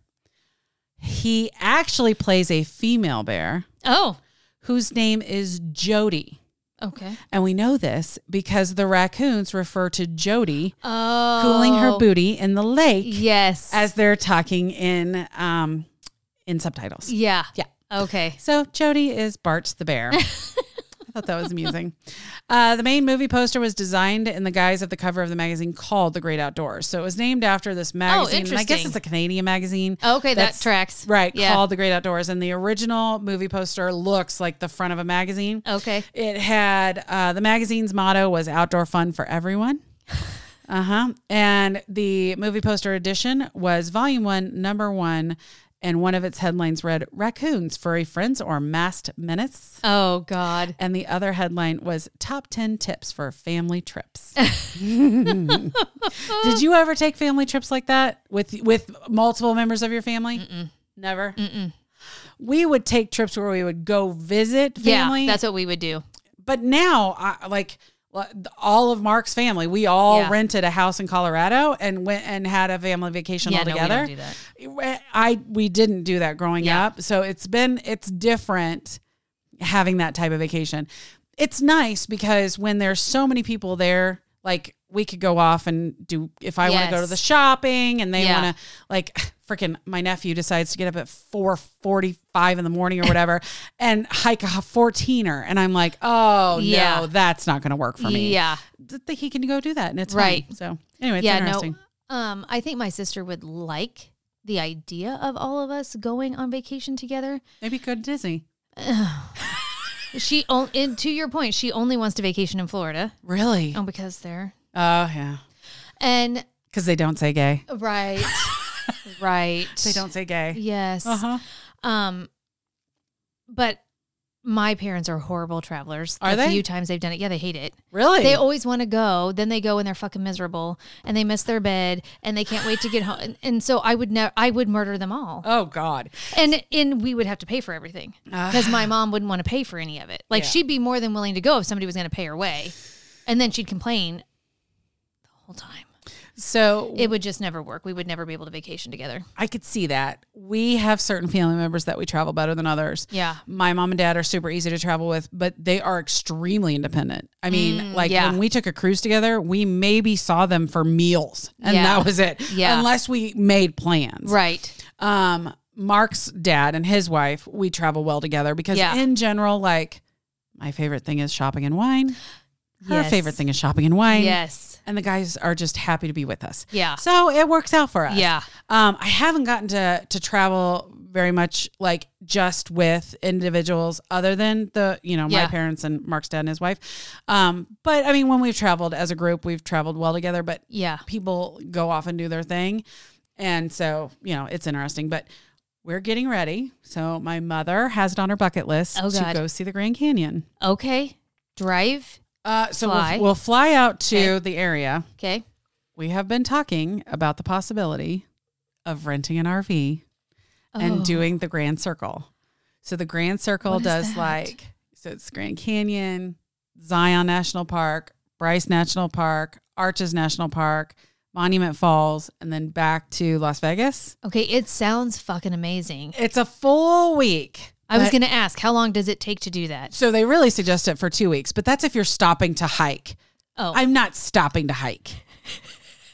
A: He actually plays a female bear
B: Oh.
A: whose name is Jody.
B: Okay.
A: And we know this because the raccoons refer to Jody
B: Oh.
A: cooling her booty in the lake
B: Yes.
A: as they're talking in um, in subtitles.
B: yeah.
A: Yeah.
B: Okay.
A: So Jody is Bart the
B: (laughs)
A: bear. I thought that was amusing. Uh, the main movie poster was designed in the guise of the cover of the magazine called The Great Outdoors. So it was named after this magazine. and I guess
B: Oh, interesting. Oh,
A: it's a Canadian magazine.
B: Okay.
A: That's-
B: that tracks.
A: Right,
B: Yeah.
A: called The Great Outdoors. And the original movie poster looks like the front of a magazine.
B: Okay.
A: It had uh, the magazine's motto was outdoor fun for
B: (laughs)
A: everyone. Uh huh. And the movie poster edition was volume one, number one. And one of its headlines read Raccoons, Furry Friends, or Masked Menace.
B: Oh God.
A: And the other headline was Top 10 Tips for Family
B: (laughs)
A: Trips. Did you ever take family trips like that with, with multiple members of your family? Never. We would take trips where we would go visit family
B: Yeah. That's what we would do.
A: but now I like l- all of Mark's family. We all
B: Yeah.
A: rented a house in Colorado and went and had a family vacation
B: Yeah.
A: all
B: No, we
A: together.
B: don't do that.
A: I we didn't do that growing
B: Yeah.
A: up, so it's been it's different. having that type of vacation. It's nice because when there's so many people there, like we could go off and do if I want to go to
B: Yes.
A: the shopping and they
B: Yeah.
A: want to like (sighs) freaking my nephew decides to get up at 4:45 in the morning or
B: (laughs)
A: whatever and hike a 14er and I'm like, "Oh
B: Yeah.
A: no, that's not going to work for me."
B: Yeah.
A: Th- that he can go do that and it's
B: Right.
A: right. So, anyway, it's
B: yeah.
A: interesting.
B: No. Um, I think my sister would like the idea of all of us going on vacation together.
A: Maybe go to Disney.
B: She on, and to your point, she only wants to vacation in Florida.
A: Really? Oh,
B: Oh, because they're
A: yeah.
B: and
A: Cuz they don't say gay. (laughs)
B: right, right.
A: They don't say gay.
B: Yes.
A: Uh-huh.
B: Um, but my parents are horrible travelers.
A: Are
B: the
A: they?
B: Few times they've done it. Yeah, they hate it.
A: Really?
B: They always want to go. Then they go and they're fucking miserable and they miss their bed and they can't wait to get home. And, and so I would never, I would murder them all.
A: oh god.
B: And and we would have to pay for everything because my mom wouldn't want to pay for any of it. Like
A: Ah. Yeah.
B: she'd be more than willing to go if somebody was going to pay her way, and then she'd complain the whole time.
A: So
B: It would just never work. We would never be able to vacation together.
A: I could see that. We have certain family members that we travel better than others.
B: Yeah.
A: My mom and dad are super easy to travel with, but they are extremely independent. I mean, like
B: Mm, yeah.
A: when we took a cruise together, we maybe saw them for meals and
B: Yeah.
A: that was it.
B: Yeah.
A: Unless we made plans.
B: Right.
A: Um, Mark's dad and his wife, we travel well together because
B: Yeah.
A: in general, like my favorite thing is shopping and wine. Her
B: Yes.
A: favorite thing is shopping and wine.
B: Yes.
A: And the guys are just happy to be with us.
B: Yeah.
A: So it works out for us.
B: Yeah.
A: Um, I haven't gotten to to travel very much like just with individuals other than the, you know, my
B: Yeah.
A: parents and Mark's dad and his wife. Um, but I mean when we've traveled as a group, we've traveled well together, but
B: Yeah.
A: people go off and do their thing. And so, you know, it's interesting, but we're getting ready. So my mother has it on her bucket list
B: Oh,
A: to
B: God.
A: go see the Grand Canyon.
B: Okay. Drive.
A: Uh, so we'll-
B: Fly.
A: We'll, fly out to the area.
B: Okay.
A: We have been talking about the possibility of renting an RV and doing the Grand Circle. So the Grand Circle
B: Oh. What is
A: does
B: that?
A: like so it's Grand Canyon, Zion National Park, Bryce National Park, Arches National Park, Monument Falls, and then back to Las Vegas.
B: Okay. It sounds fucking amazing.
A: It's a full week.
B: I was
A: But-
B: going to ask, how long does it take to do that?
A: so they really suggest it for two weeks, but that's if you're stopping to hike.
B: Oh,
A: I'm not stopping to hike.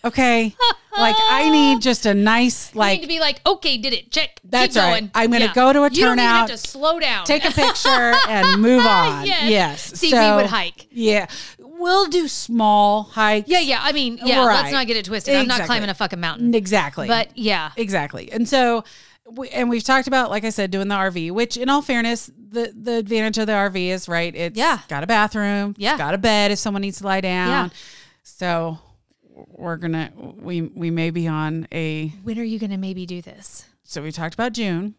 A: Okay.
B: (laughs)
A: like I need just a nice
B: You
A: like
B: need to be like, okay, did it? Check.
A: That's
B: Keep
A: right.
B: going.
A: I'm gonna go to a
B: You don't even have
A: turnout.
B: to slow down.
A: take a picture and
B: (laughs)
A: move on.
B: Yes.
A: yes.
B: See, we would hike.
A: Yeah. We'll do small hikes.
B: yeah, yeah. I mean, yeah. Let's
A: Right.
B: not get it twisted. I'm not
A: Exactly.
B: climbing a fucking mountain.
A: Exactly.
B: But yeah,
A: exactly. And so we, and we've talked about like I said doing the RV, which in all fairness, the the advantage of the RV is right, It's
B: Yeah.
A: got a bathroom, it's
B: Yeah.
A: got a bed if someone needs to lie down.
B: Yeah.
A: So we're going to we we may be on a
B: when are you gonna maybe do this?
A: so we talked about June.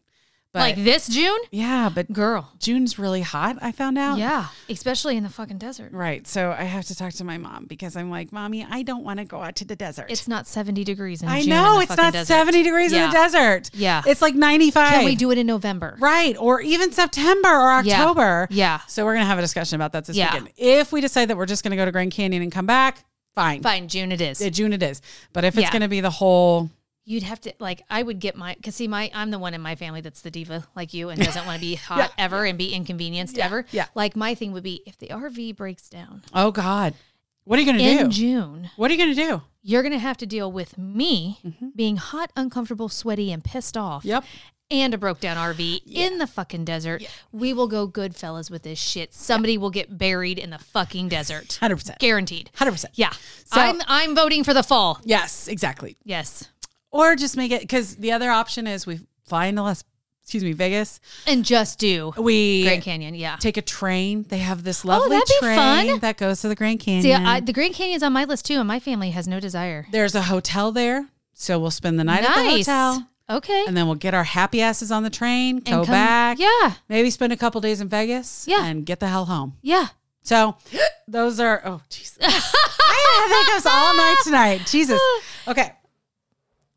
A: But
B: like this June,
A: yeah, but
B: girl.
A: June's really hot, I found out.
B: Yeah, Oh. especially in the fucking desert.
A: Right. So I have to talk to my mom because I'm like, Mommy, I don't want to go out to the desert.
B: It's not 70 degrees in
A: I
B: June. in
A: know
B: the
A: it's
B: fucking
A: not
B: desert.
A: 70 degrees
B: yeah.
A: in the desert.
B: Yeah.
A: It's like 95.
B: Can we do it in November?
A: Right. Or even September or
B: Yeah.
A: October.
B: Yeah.
A: So we're going to have a discussion about that this
B: Yeah.
A: weekend. If we decide that we're just going to go to Grand Canyon and come back, fine.
B: Fine, June it is.
A: Uh, June it is. But if it's
B: Yeah.
A: going to be the whole,
B: You'd have to like I would get my because see my I'm the one in my family that's the diva like you
A: (laughs)
B: and doesn't want to be hot ever and be inconvenienced ever.
A: yeah.
B: Like my thing would be if the RV breaks down
A: oh God, what are you going to
B: in
A: do?
B: June,
A: What are you going to do?
B: you're gonna have to deal with me being hot, uncomfortable, sweaty, and pissed off.
A: Mm-hmm. Yep.
B: And a broke down RV in the fucking desert. We will go good fellas with this shit. Somebody will get buried in the
A: (laughs)
B: fucking desert.
A: 100%.
B: Guaranteed.
A: 100%.
B: Yeah. I'm I'm voting for the fall.
A: Yes, exactly.
B: Yes.
A: Or just make it because the other option is we fly into Las, excuse me, Vegas.
B: And just do
A: We
B: Grand Canyon. Yeah.
A: take a train. They have this lovely
B: that'd be
A: train
B: fun.
A: that goes to the Grand Canyon.
B: See, I, the Grand Canyon's on my list too, and my family has no desire.
A: There's a hotel there, so we'll spend the night
B: Nice.
A: at the hotel,
B: Okay.
A: and then we'll get our happy asses on the train, go
B: come-
A: back,
B: Yeah.
A: maybe spend a couple days in Vegas,
B: Yeah.
A: and get the hell home.
B: Yeah. (gasps)
A: So those are oh
B: (laughs)
A: Jesus, I think us all night tonight.
B: (sighs)
A: Jesus, okay.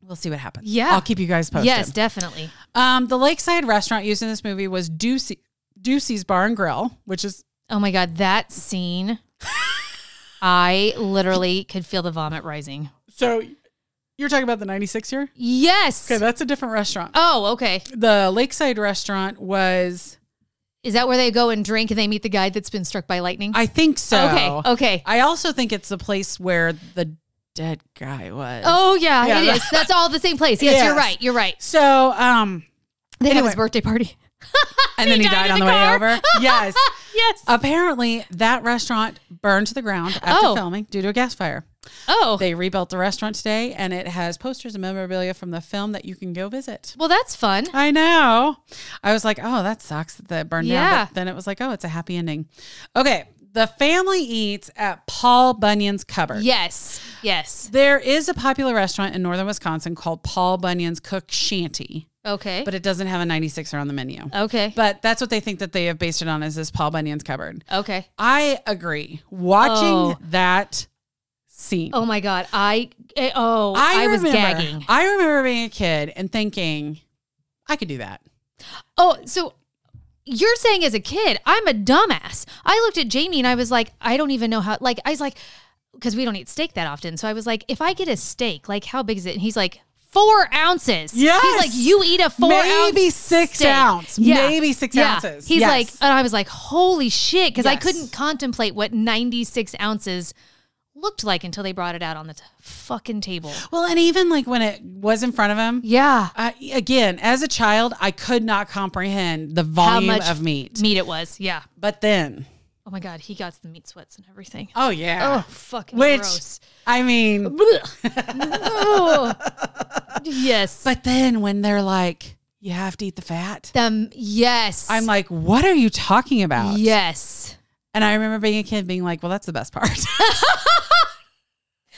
A: We'll see what happens.
B: Yeah.
A: I'll keep you guys posted.
B: Yes, definitely.
A: Um, the lakeside restaurant used in this movie was Ducey, Ducey's Bar and Grill, which is
B: Oh my God, that scene. I literally could feel the vomit rising.
A: so. You're talking about the '96 year.
B: Yes.
A: Okay, that's a different restaurant.
B: oh, okay.
A: The Lakeside restaurant was
B: Is that where they go and drink and they meet the guy that's been struck by lightning?
A: I think so.
B: Okay. Oh. Okay.
A: I also think it's the place where the dead guy was.
B: Oh yeah,
A: Yeah,
B: it
A: that-
B: is. That's all the same place. Yes, you're
A: Yes.
B: right.
A: (laughs)
B: You're right.
A: So, um,
B: They have
A: Anyway.
B: his birthday party.
A: and then he,
B: died
A: died,
B: in
A: on
B: the
A: the,
B: car.
A: way
B: (laughs)
A: over. (laughs) Yes.
B: Yes.
A: Apparently, that restaurant burned to the ground after
B: Oh.
A: filming due to a gas fire.
B: oh.
A: They rebuilt the restaurant today, and it has posters and memorabilia from the film that you can go visit.
B: well, that's fun.
A: I know. I was like, oh, that sucks that that burned
B: Yeah.
A: down. But then it was like, oh, it's a happy ending. Okay. The family eats at Paul Bunyan's cupboard.
B: Yes. Yes.
A: There is a popular restaurant in northern Wisconsin called Paul Bunyan's Cook Shanty,
B: Okay.
A: but it doesn't have a 96er on the menu.
B: okay.
A: But that's what they think that they have based it on is this Paul Bunyan's cupboard.
B: okay.
A: I agree. Watching
B: Oh.
A: that scene.
B: Oh my god. I eh, oh, I, was
A: remember-
B: gagging.
A: I remember being a kid and thinking, I could do that.
B: Oh, so you're saying as a kid, I'm a dumbass. I looked at Jamie and I was like, I don't even know how like I was like because we don't eat steak that often. So I was like, if I get a steak, like how big is it? And he's like, four ounces. He's
A: Yes.
B: like, you eat a four ounce
A: Maybe six
B: steak.
A: ounce. Maybe six ounces.
B: He's
A: Yes.
B: like, uh, and I was like, holy shit, because I
A: Yes.
B: couldn't contemplate what 96 ounces looked like until they brought it out on the t- fucking table.
A: Well, and even like when it was in front of him,
B: Yeah.
A: I, again, as a child, I could not comprehend the volume of meat.
B: Meat it was. Yeah.
A: But then,
B: Oh my God. He got the meat sweats and everything.
A: oh yeah,
B: Oh, fucking
A: which
B: gross.
A: I mean, (laughs)
B: Oh. yes.
A: but then when they're like, you have to eat the fat,
B: them, yes.
A: I'm like, what are you talking about?
B: yes.
A: And I remember being a kid being like, well, that's the best part. (laughs)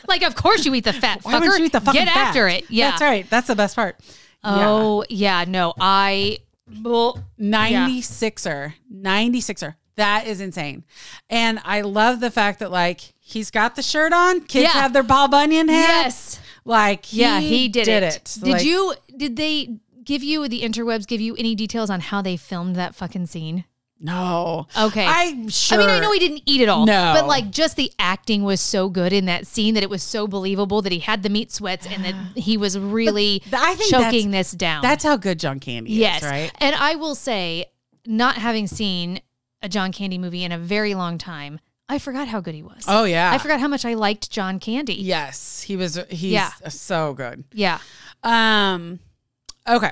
B: Like, of course you eat the fat
A: Why
B: fucker.
A: would you eat the fucking
B: Get
A: fat?
B: after it. Yeah.
A: that's right. That's the best part.
B: Oh, yeah. No, I. Well, Yeah.
A: 96er, 96er. That is insane. And I love the fact that like he's got the shirt on. Kids
B: Yeah.
A: have their Paul Bunyan hat.
B: yes.
A: Like
B: Yeah, he did, it. Did
A: Like,
B: you? Did they give you the interwebs? Give you any details on how they filmed that fucking scene?
A: No.
B: Okay.
A: I'm sure.
B: I mean, I know he didn't eat it all.
A: No.
B: But like just the acting was so good in that scene that it was so believable that he had the meat sweats
A: (sighs)
B: and that he was really
A: But I think
B: choking this down.
A: That's how good John Candy
B: yes.
A: is, right?
B: And I will say, not having seen a John Candy movie in a very long time, I forgot how good he was.
A: Oh yeah.
B: I forgot how much I liked John Candy.
A: Yes, he was. He's
B: Yeah.
A: so good.
B: Yeah.
A: Um, okay.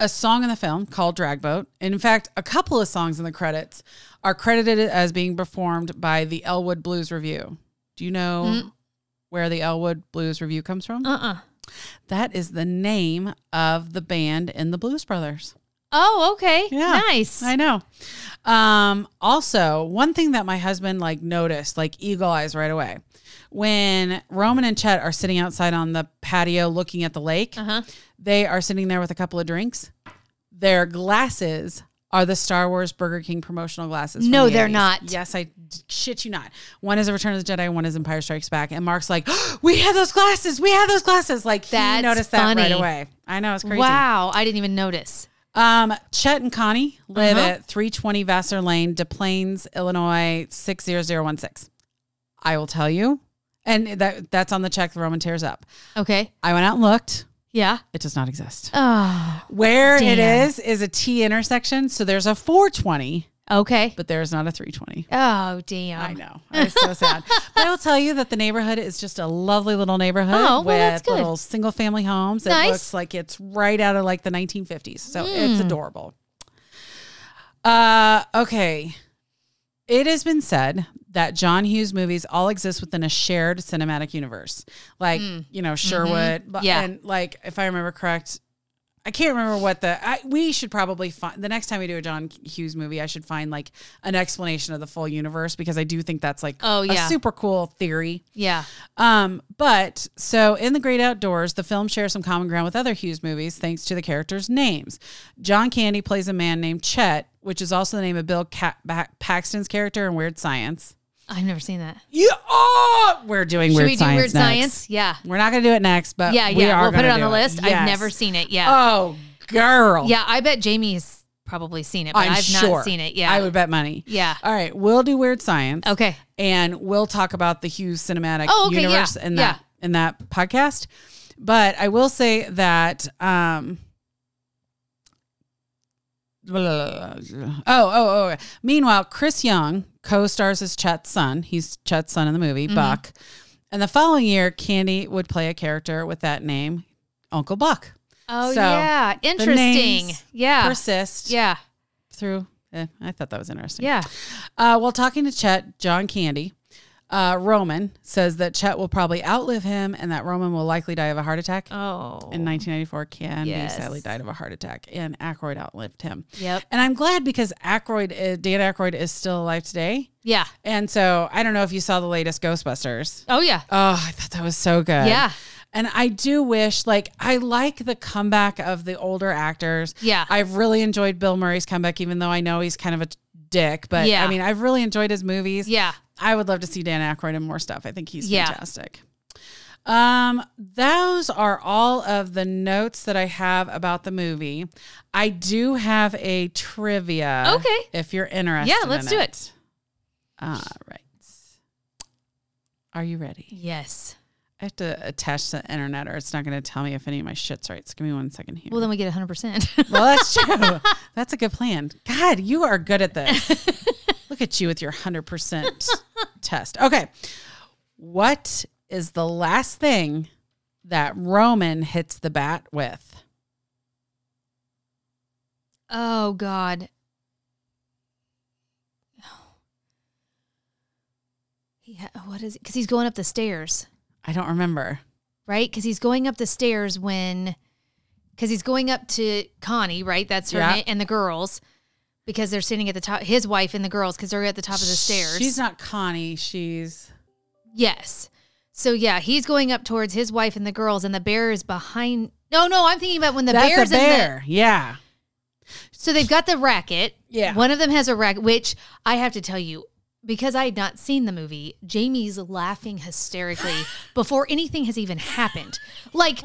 A: A song in the film called Drag Boat. In fact, a couple of songs in the credits are credited as being performed by the Elwood Blues Review. Do you know where the Elwood Blues Review comes from?
B: Uh. uh
A: That is the name of the band in the Blues Brothers.
B: Oh, okay.
A: Yeah.
B: Nice.
A: I know. Um, also, one thing that my husband like noticed, like eagle eyes right away, when Roman and Chet are sitting outside on the patio looking at the lake,
B: Uh-huh.
A: they are sitting there with a couple of drinks. Their glasses are the Star Wars Burger King promotional glasses. from
B: No,
A: the
B: they're
A: 80s.
B: not.
A: Yes, I shit you not. One is a Return of the Jedi, one is Empire Strikes Back, and Mark's like, (gasps) "We have those glasses. We have those glasses." Like
B: That's
A: he noticed that
B: funny.
A: right away. I know it's crazy.
B: Wow, I didn't even notice.
A: Um, Chet and Connie live
B: Uh-huh.
A: at 320 Vassar Lane, De Plaines, Illinois 60016. I will tell you, and that that's on the check the Roman tears up.
B: Okay.
A: I went out and looked. (sighs)
B: Yeah.
A: It does not exist.
B: Oh.
A: Where it
B: damn.
A: is is a T intersection, so there's a 420,
B: Okay.
A: but there is not a 320.
B: Oh
A: I
B: damn.
A: know. I was so (laughs) sad. But I will tell you that the neighborhood is just a lovely little neighborhood
B: Oh, well,
A: with
B: that's good.
A: little single family homes.
B: Nice. Hmm.
A: It looks like it's right out of like the 1950s. So it's adorable. Uh, okay. It has been said that John Hughes movies all exist within a shared cinematic universe. Like, you know, Sherwood. but-
B: Hmm. Mm-hmm. Yeah.
A: And like, if I remember correct, I can't remember what the I, we should probably find the next time we do a John Hughes movie. I should find like an explanation of the full universe because I do think that's like
B: Oh, yeah.
A: a super cool theory.
B: Yeah.
A: Um, but so in the Great Outdoors, the film shares some common ground with other Hughes movies thanks to the characters' names. John Candy plays a man named Chet, which is also the name of Bill Ca- Ba- Paxton's character in Weird Science.
B: I've never seen that.
A: Yeah, oh, we're doing
B: Should
A: Weird
B: we do
A: Science.
B: weird
A: next.
B: science? Yeah.
A: We're not going to do it next, but
B: Yeah,
A: Uh, we
B: yeah.
A: are
B: we'll put it
A: gonna
B: on the
A: do
B: list. I've
A: Yes.
B: never seen it. Yeah.
A: Oh, girl.
B: yeah, I bet Jamie's probably seen it, but i
A: I'm
B: have
A: sure.
B: not seen it. Yeah.
A: I would bet money.
B: Yeah.
A: All right, we'll do weird science.
B: Okay.
A: And we'll talk about the Hughes cinematic
B: Oh, okay, yeah,
A: universe in that in that podcast. But I will say that um blah, blah, blah. Oh, oh, oh. Meanwhile, Chris Young co stars as Chet's son. He's Chet's son in the movie,
B: Mm-hmm.
A: Buck. And the following year, Candy would play a character with that name, Uncle Buck.
B: Oh
A: So,
B: yeah,
A: The
B: interesting.
A: names
B: Yeah,
A: Persist
B: Ah, yeah,
A: through. eh, I thought that was interesting.
B: yeah.
A: Uh, while talking to Chet, John Candy, uh, Roman says that Chet will probably outlive him and that Roman will likely die of a heart attack.
B: Oh,
A: In 1994, Candy
B: Yes.
A: sadly died of a heart attack, and Aykroyd outlived him.
B: Yep.
A: And I'm glad because Aykroyd, uh, Dan Aykroyd, is still alive today.
B: yeah.
A: And so I don't know if you saw the latest Ghostbusters.
B: Oh yeah.
A: Oh, I thought that was so good.
B: Yeah.
A: And I do wish, like, I like the comeback of the older actors.
B: Yeah.
A: I've really enjoyed Bill Murray's comeback, even though I know he's kind of a dick. But
B: Yeah.
A: I mean, I've really enjoyed his movies.
B: Yeah.
A: I would love to see Dan Aykroyd in more stuff. I think he's
B: Yeah.
A: fantastic. Um, those are all of the notes that I have about the movie. I do have a trivia.
B: Okay.
A: If you're interested.
B: Yeah, let's
A: in
B: do
A: it. All right. Are you ready?
B: Yes.
A: I have to attach to the internet or it's not going to tell me if any of my shit's right. So give me one second here.
B: Well, then we get 100%.
A: Well, that's true. (laughs) That's a good plan. God, you are good at
B: (laughs)
A: this. Look at you with your 100% test. Okay. What is the last thing that Roman hits the bat with?
B: (laughs) oh, God. (sighs) He ha- what is it? Because he's going up the stairs,
A: I don't remember.
B: right? Because he's going up the stairs when, because he's going up to Connie, right? That's her
A: Yeah.
B: na- and the girls, because they're sitting at the top, his wife and the girls, because they're at the top of the stairs.
A: She's not Connie. She's.
B: Yes. So yeah, he's going up towards his wife and the girls, and the bear is behind. No, no, I'm thinking about when the
A: that's
B: bear's
A: a
B: in the
A: bear. yeah.
B: So they've got the racket.
A: Yeah.
B: One of them has a racket, which I have to tell you, because I had not seen the movie, Jamie's laughing hysterically
A: (gasps)
B: before anything has even happened. Like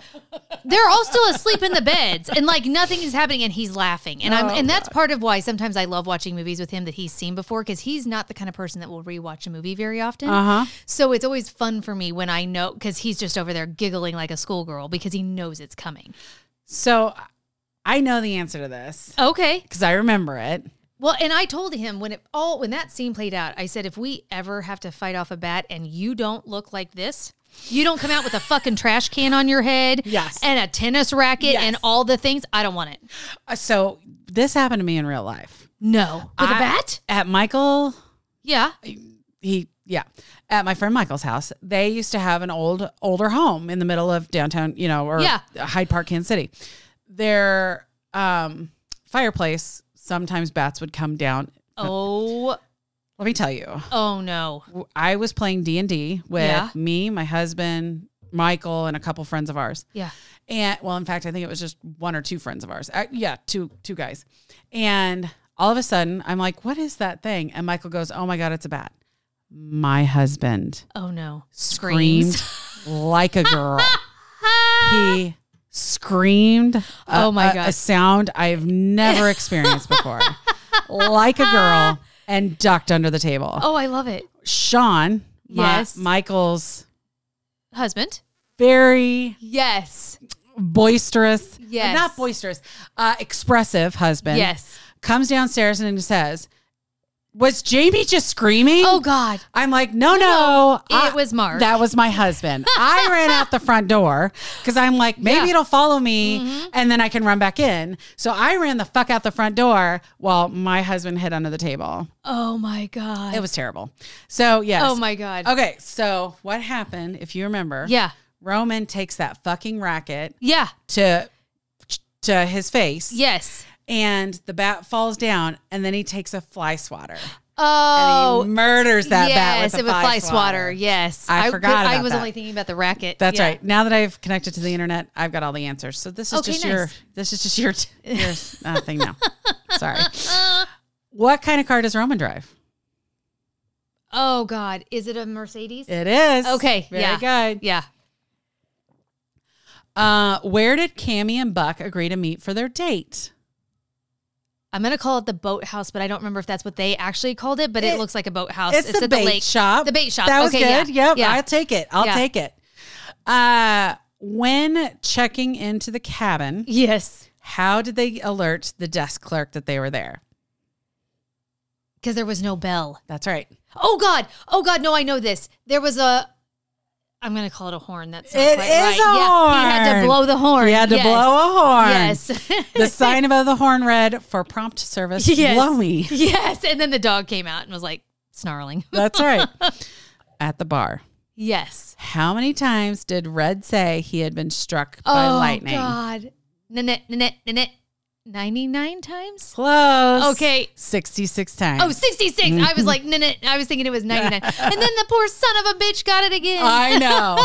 B: they're all still asleep in the beds and like nothing is happening and he's laughing. And I'm
A: Oh,
B: and that's part of why sometimes I love watching movies with him that he's seen before because he's not the kind of person that will rewatch a movie very often.
A: Uh huh.
B: So it's always fun for me when I know because he's just over there giggling like a schoolgirl because he knows it's coming.
A: So I know the answer to this
B: Okay.
A: because I remember it.
B: Well, and I told him when it all when that scene played out, I said, if we ever have to fight off a bat and you don't look like this, you don't come out with a fucking trash can on your head,
A: Yes.
B: and a tennis racket and
A: Yes.
B: all the things, I don't want it.
A: Uh, So this happened to me in real life.
B: No, with a
A: I-
B: bat?
A: At Michael
B: Yeah,
A: he yeah at my friend michael's house they used to have an old older home in the middle of downtown you know or
B: Yeah.
A: hyde park kansas city their um fireplace sometimes bats would come down
B: Oh,
A: let me tell you
B: oh no.
A: i was playing d&d with
B: Yeah.
A: me my husband michael and a couple friends of ours
B: Yeah.
A: and well in fact i think it was just one or two friends of ours Uh, yeah two two guys and all of a sudden i'm like what is that thing and michael goes oh my god it's a bat my husband
B: Oh no.
A: screamed like a girl. he screamed a,
B: Oh my
A: a-
B: God.
A: a sound I've
B: (laughs)
A: never experienced before. like a girl and ducked under the table.
B: Oh, I love it.
A: Sean, my-
B: Yes.
A: Michael's
B: Husband?
A: very
B: Yes.
A: boisterous,
B: Yes.
A: not boisterous, uh, expressive husband
B: Yes.
A: comes downstairs and says, was Jamie just screaming?
B: Oh God.
A: I'm like, no, no.
B: no, it was Mark.
A: That was my husband.
B: (laughs)
A: I ran out the front door because I'm like, maybe
B: Yeah. Mm-hmm.
A: it'll follow me and then I can run back in. So I ran the fuck out the front door while my husband hid under the table.
B: Oh my God.
A: It was terrible. So, yes.
B: Oh my God.
A: Okay. So, what happened, if you remember?
B: Yeah.
A: Roman takes that fucking racket
B: Yeah.
A: to. To his face,
B: Yes.
A: and the bat falls down, and then he takes a fly swatter.
B: Oh.
A: he murders that bat with a
B: would
A: fly, swatter.
B: Yes,
A: I forgot
B: I
A: about
B: was
A: that.
B: only thinking about the racket.
A: That's
B: Yeah.
A: right. Now that I've connected to the internet, I've got all the answers. So this is
B: Okay,
A: just your
B: nice.
A: this is just your
B: (laughs)
A: your uh, thing now. Sorry. What kind of car does Roman drive?
B: Oh God, is it a Mercedes?
A: It is
B: Okay,
A: Very
B: yeah.
A: good.
B: Yeah.
A: Uh, where did Cammy and Buck agree to meet for their date?
B: I'm gonna call it the boathouse, but I don't remember if that's what they actually called it. But it,
A: It-
B: looks like a boathouse.
A: It's, the
B: at
A: bait
B: lake.
A: shop.
B: The bait shop.
A: That was
B: okay,
A: good.
B: Yeah.
A: Yep.
B: Yeah.
A: I'll take it. I'll
B: Yeah.
A: take it. Uh, when checking into the cabin,
B: yes.
A: How did they alert the desk clerk that they were there?
B: because there was no bell.
A: That's right.
B: Oh God! Oh God! No, I know this. There was a. I'm gonna call it a horn. That's not
A: It
B: quite
A: is
B: right.
A: a
B: Yeah, he had
A: horn.
B: to blow the horn.
A: We had to
B: Yes.
A: blow a horn.
B: Yes. (laughs)
A: the (laughs) sign above the horn read for prompt service.
B: Yes. (laughs)
A: Blow me.
B: yes, and then the dog came out and was like snarling. (laughs)
A: That's right. (laughs) At the bar.
B: Yes.
A: How many times did Red say he had been struck by
B: oh
A: lightning?
B: God! Nanette, Nanette, Nanette. Ninety-nine times.
A: Close.
B: Okay.
A: 66 times.
B: Oh, 66. I
A: Mm-hmm.
B: was like, Nanette. I was thinking it
A: (laughs)
B: was 99. and then the poor son of a bitch got it again.
A: I
B: (laughs)
A: know.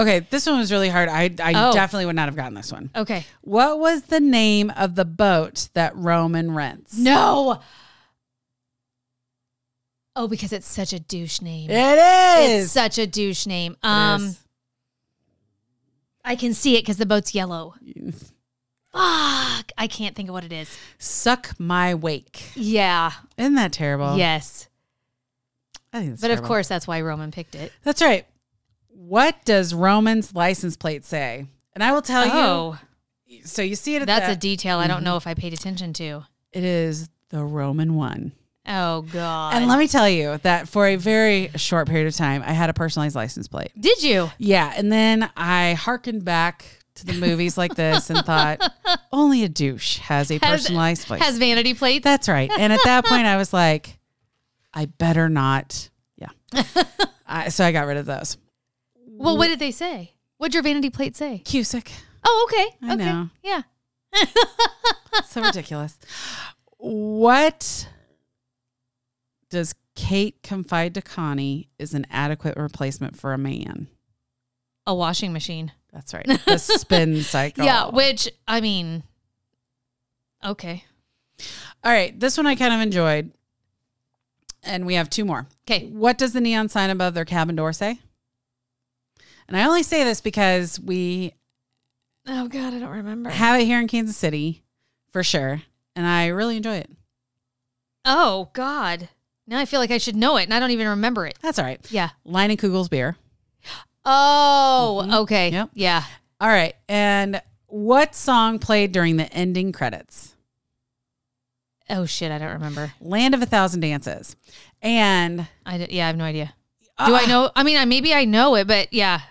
A: okay, this one was really hard. I, I
B: Oh.
A: definitely would not have gotten this one.
B: okay.
A: What was the name of the boat that Roman rents?
B: No. Oh, because it's such a douche name.
A: It
B: It's
A: is.
B: such a douche name. Um, I can see it because the boat's yellow.
A: It is.
B: Fuck, I can't think of what it is.
A: Suck my wake.
B: Yeah,
A: Isn't that terrible?
B: yes,
A: I think that's
B: but
A: terrible.
B: of course that's why Roman picked it.
A: That's right. What does Roman's license plate say? And I will tell
B: Oh,
A: you. So you see it at
B: that's a
A: the,
B: detail I
A: Mm-hmm.
B: don't know if I paid attention to.
A: It is the Roman one.
B: Oh God,
A: And let me tell you that for a very short period of time, I had a personalized license plate.
B: did you?
A: Yeah. And then I hearkened back to the movies like this and
B: (laughs)
A: thought, only a douche has a
B: Has-
A: personalized plate.
B: Has vanity plates?
A: That's right. And at that point, I was like, I better not.
B: (laughs)
A: Yeah. I, so I got rid of those.
B: well, what did they say? What'd your vanity plate say?
A: Cusick.
B: Oh, okay,
A: I
B: okay,
A: know.
B: yeah.
A: so ridiculous. What does Kate confide to Connie is an adequate replacement for a man?
B: A washing machine.
A: That's right. The (laughs) spin cycle.
B: Yeah, which I mean, okay,
A: All right. This one I kind of enjoyed. And we have two more.
B: okay,
A: What does the neon sign above their cabin door say? And I only say this because we
B: Oh God, I don't remember.
A: have it here in Kansas City for sure. And I really enjoy it.
B: Oh God, now I feel like I should know it, and I don't even remember it.
A: That's all right.
B: Yeah.
A: Line and Kugel's beer.
B: Oh, okay.
A: Mm-hmm. Yep.
B: Yeah.
A: All right. And what song played during the ending credits?
B: Oh shit, I don't remember.
A: Land of a Thousand Dances. And
B: I d- yeah, I have no idea. Do
A: Ah.
B: I know? I mean, I maybe I know it, but yeah.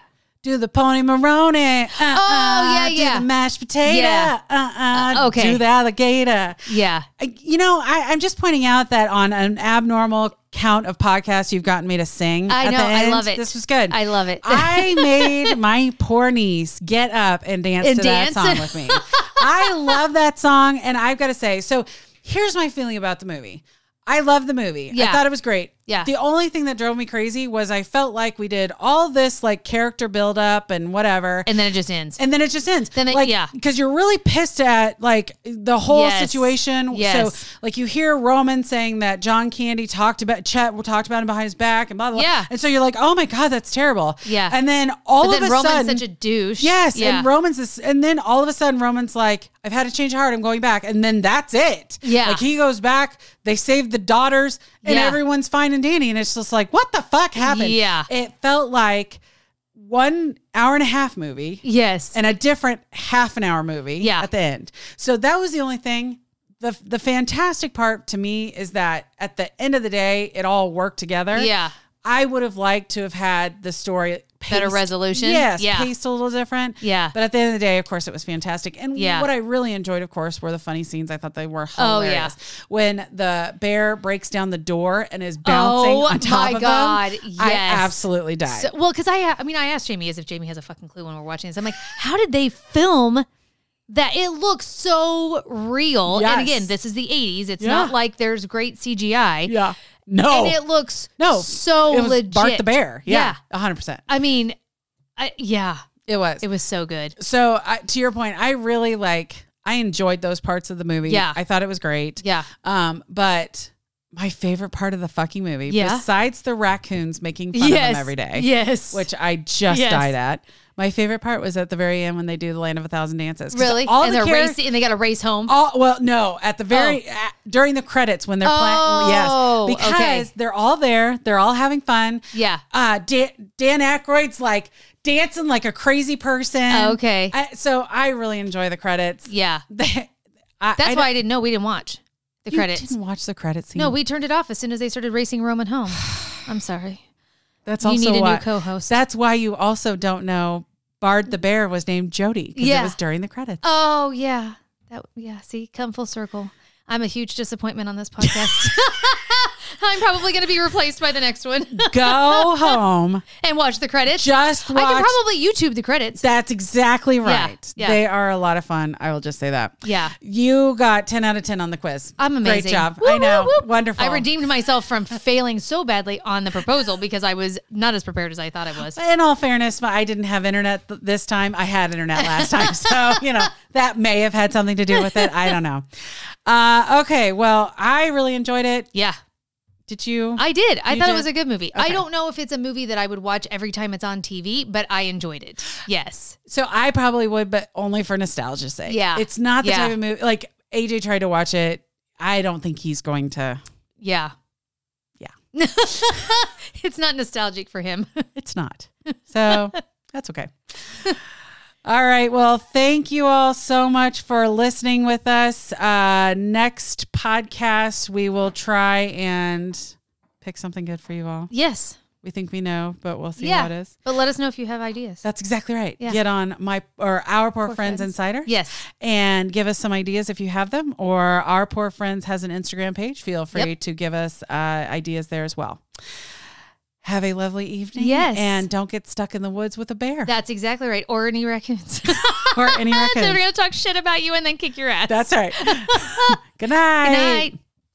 A: do the pony maroni. Uh, oh,
B: yeah, yeah.
A: Do the mashed potato.
B: Yeah.
A: Uh, uh,
B: Uh, okay.
A: Do the alligator.
B: Yeah.
A: I- You know, I, I'm just pointing out that on an abnormal count of podcasts, you've gotten me to sing.
B: I
A: at
B: know,
A: the
B: I
A: end.
B: love it.
A: This was good.
B: I love it.
A: (laughs) I made my poor niece get up and dance
B: And
A: to
B: dance.
A: that song with me. I love that song, and I've got to say, so here's my feeling about the movie. I love the movie. I
B: Yeah.
A: thought it was great.
B: Yeah.
A: The only thing that drove me crazy was I felt like we did all this like character build up and whatever.
B: (laughs) and then it just ends.
A: And then it just ends.
B: Then it-
A: like,
B: yeah.
A: Because you're really pissed at like the whole
B: Yes.
A: situation.
B: Yes.
A: So like you hear Roman saying that John Candy talked about Chet talked about him behind his back and blah blah. blah.
B: Yeah.
A: And so you're like, oh my god, that's terrible.
B: Yeah.
A: And then all
B: but
A: of
B: then
A: a
B: Roman's
A: sudden,
B: such a douche.
A: yes.
B: Yeah.
A: And Roman's this, and then all of a sudden Roman's like, I've had a change of heart. I'm going back. And then that's it.
B: Yeah.
A: Like he goes back. They saved the daughters, and
B: Yeah.
A: everyone's fine and dandy. And it's just like, what the fuck happened?
B: Yeah.
A: It felt like one hour and a half movie
B: yes.
A: and a different half an hour movie
B: Yeah.
A: at the end. So that was the only thing. The the fantastic part to me is that at the end of the day, it all worked together.
B: Yeah.
A: I would have liked to have had the story paced,
B: Better resolution?
A: Yes,
B: Yeah.
A: paced a little different.
B: Yeah.
A: But at the end of the day, of course, it was fantastic. And
B: Yeah.
A: what I really enjoyed, of course, were the funny scenes. I thought they were
B: Oh, yeah.
A: hilarious. When the bear breaks down the door and is bouncing
B: Oh,
A: on top
B: my
A: of
B: God,
A: them, I
B: yes.
A: absolutely died.
B: So- well, because I, I mean, I asked Jamie as if Jamie has a fucking clue when we're watching this. I'm like, how did they film that? It looks so real.
A: Yes.
B: And again, this is the 80s. It's
A: Yeah.
B: not like there's great CGI.
A: yeah. No.
B: And it looks
A: No,
B: so
A: it was
B: legit.
A: Bart the Bear. Yeah, hundred percent.
B: I mean, I, yeah,
A: It was.
B: it was so good.
A: So I, to your point, I really like. I enjoyed those parts of the movie.
B: Yeah.
A: I thought it was great.
B: Yeah.
A: Um, but my favorite part of the fucking movie,
B: Yeah.
A: besides the raccoons making fun of them every day,
B: Yes.
A: which I just
B: Yes.
A: died at. My favorite part was at the very end when they do the Land of a Thousand Dances. 'Cause
B: really?
A: all
B: and
A: the
B: they're
A: characters.
B: racing and they got to race home.
A: All, well, no, at the very at- during the credits when they're
B: Oh,
A: playing, yes, because
B: okay.
A: they're all there, they're all having fun.
B: Yeah.
A: Uh, Dan, Dan Aykroyd's like dancing like a crazy person.
B: Oh, Okay.
A: I, so I really enjoy the credits. (laughs)
B: yeah.
A: That's
B: That's why I didn't know. We didn't watch the
A: You
B: credits.
A: didn't watch the credit scene.
B: No, we turned it off as soon as they started racing
A: (sighs)
B: Roman home. I'm sorry.
A: that's
B: you
A: also
B: need a
A: why,
B: new co-host.
A: That's why you also don't know Bard the bear was named Jody because
B: Yeah.
A: it was during the
B: (laughs)
A: credits.
B: oh yeah. That yeah. See, come full circle. I'm a huge disappointment on
A: (laughs)
B: this podcast. (laughs) I'm probably going to be replaced by the next one (laughs)
A: Go home,
B: and watch the credits.
A: just watch.
B: I can probably YouTube the credits.
A: that's exactly right.
B: yeah.
A: They are a lot of fun. I will just say that.
B: yeah.
A: You got 10 out of 10 on the quiz.
B: I'm amazing.
A: Great job.
B: Woo,
A: I know.
B: woo, woo.
A: Wonderful.
B: I redeemed myself from failing so badly on the proposal because I was not as prepared as I thought I
A: (laughs)
B: was.
A: In all fairness, I didn't have internet th- this time. I had internet last
B: (laughs)
A: time. So, you know, that may have had something to do with it. I don't know. Uh, okay. Well, I really enjoyed it.
B: Yeah.
A: Did you?
B: I did. I
A: You
B: thought
A: did?
B: it was a good movie. I
A: Okay.
B: don't know if it's a movie that I would watch every time it's on TV, but I enjoyed it. Yes.
A: so I probably would, but only for nostalgia's sake.
B: Yeah.
A: It's not the
B: Yeah.
A: type of movie. Like, AJ tried to watch it. I don't think he's going to.
B: Yeah.
A: Yeah.
B: (laughs) it's not nostalgic for him. (laughs)
A: It's not. So (laughs) that's okay. All right. Well, thank you all so much for listening with us. Uh, next podcast, we will try and pick something good for you all.
B: yes.
A: We think we know, but we'll see
B: yeah.
A: how it is.
B: But let us know if you have ideas.
A: That's exactly right.
B: Yeah.
A: Get on my or our poor, friends,
B: Friends.
A: insider.
B: Yes.
A: And give us some ideas if you have them, or our poor friends has an Instagram page. Feel free
B: Yep.
A: to give us uh, ideas there as well. Have a lovely evening.
B: Yes.
A: And don't get stuck in the woods with a bear
B: That's exactly right. Or any (laughs) raccoons.
A: or any
B: They're
A: raccoons.
B: (laughs) going to talk shit about you and then kick your ass.
A: That's right. (laughs) Good
B: Good night.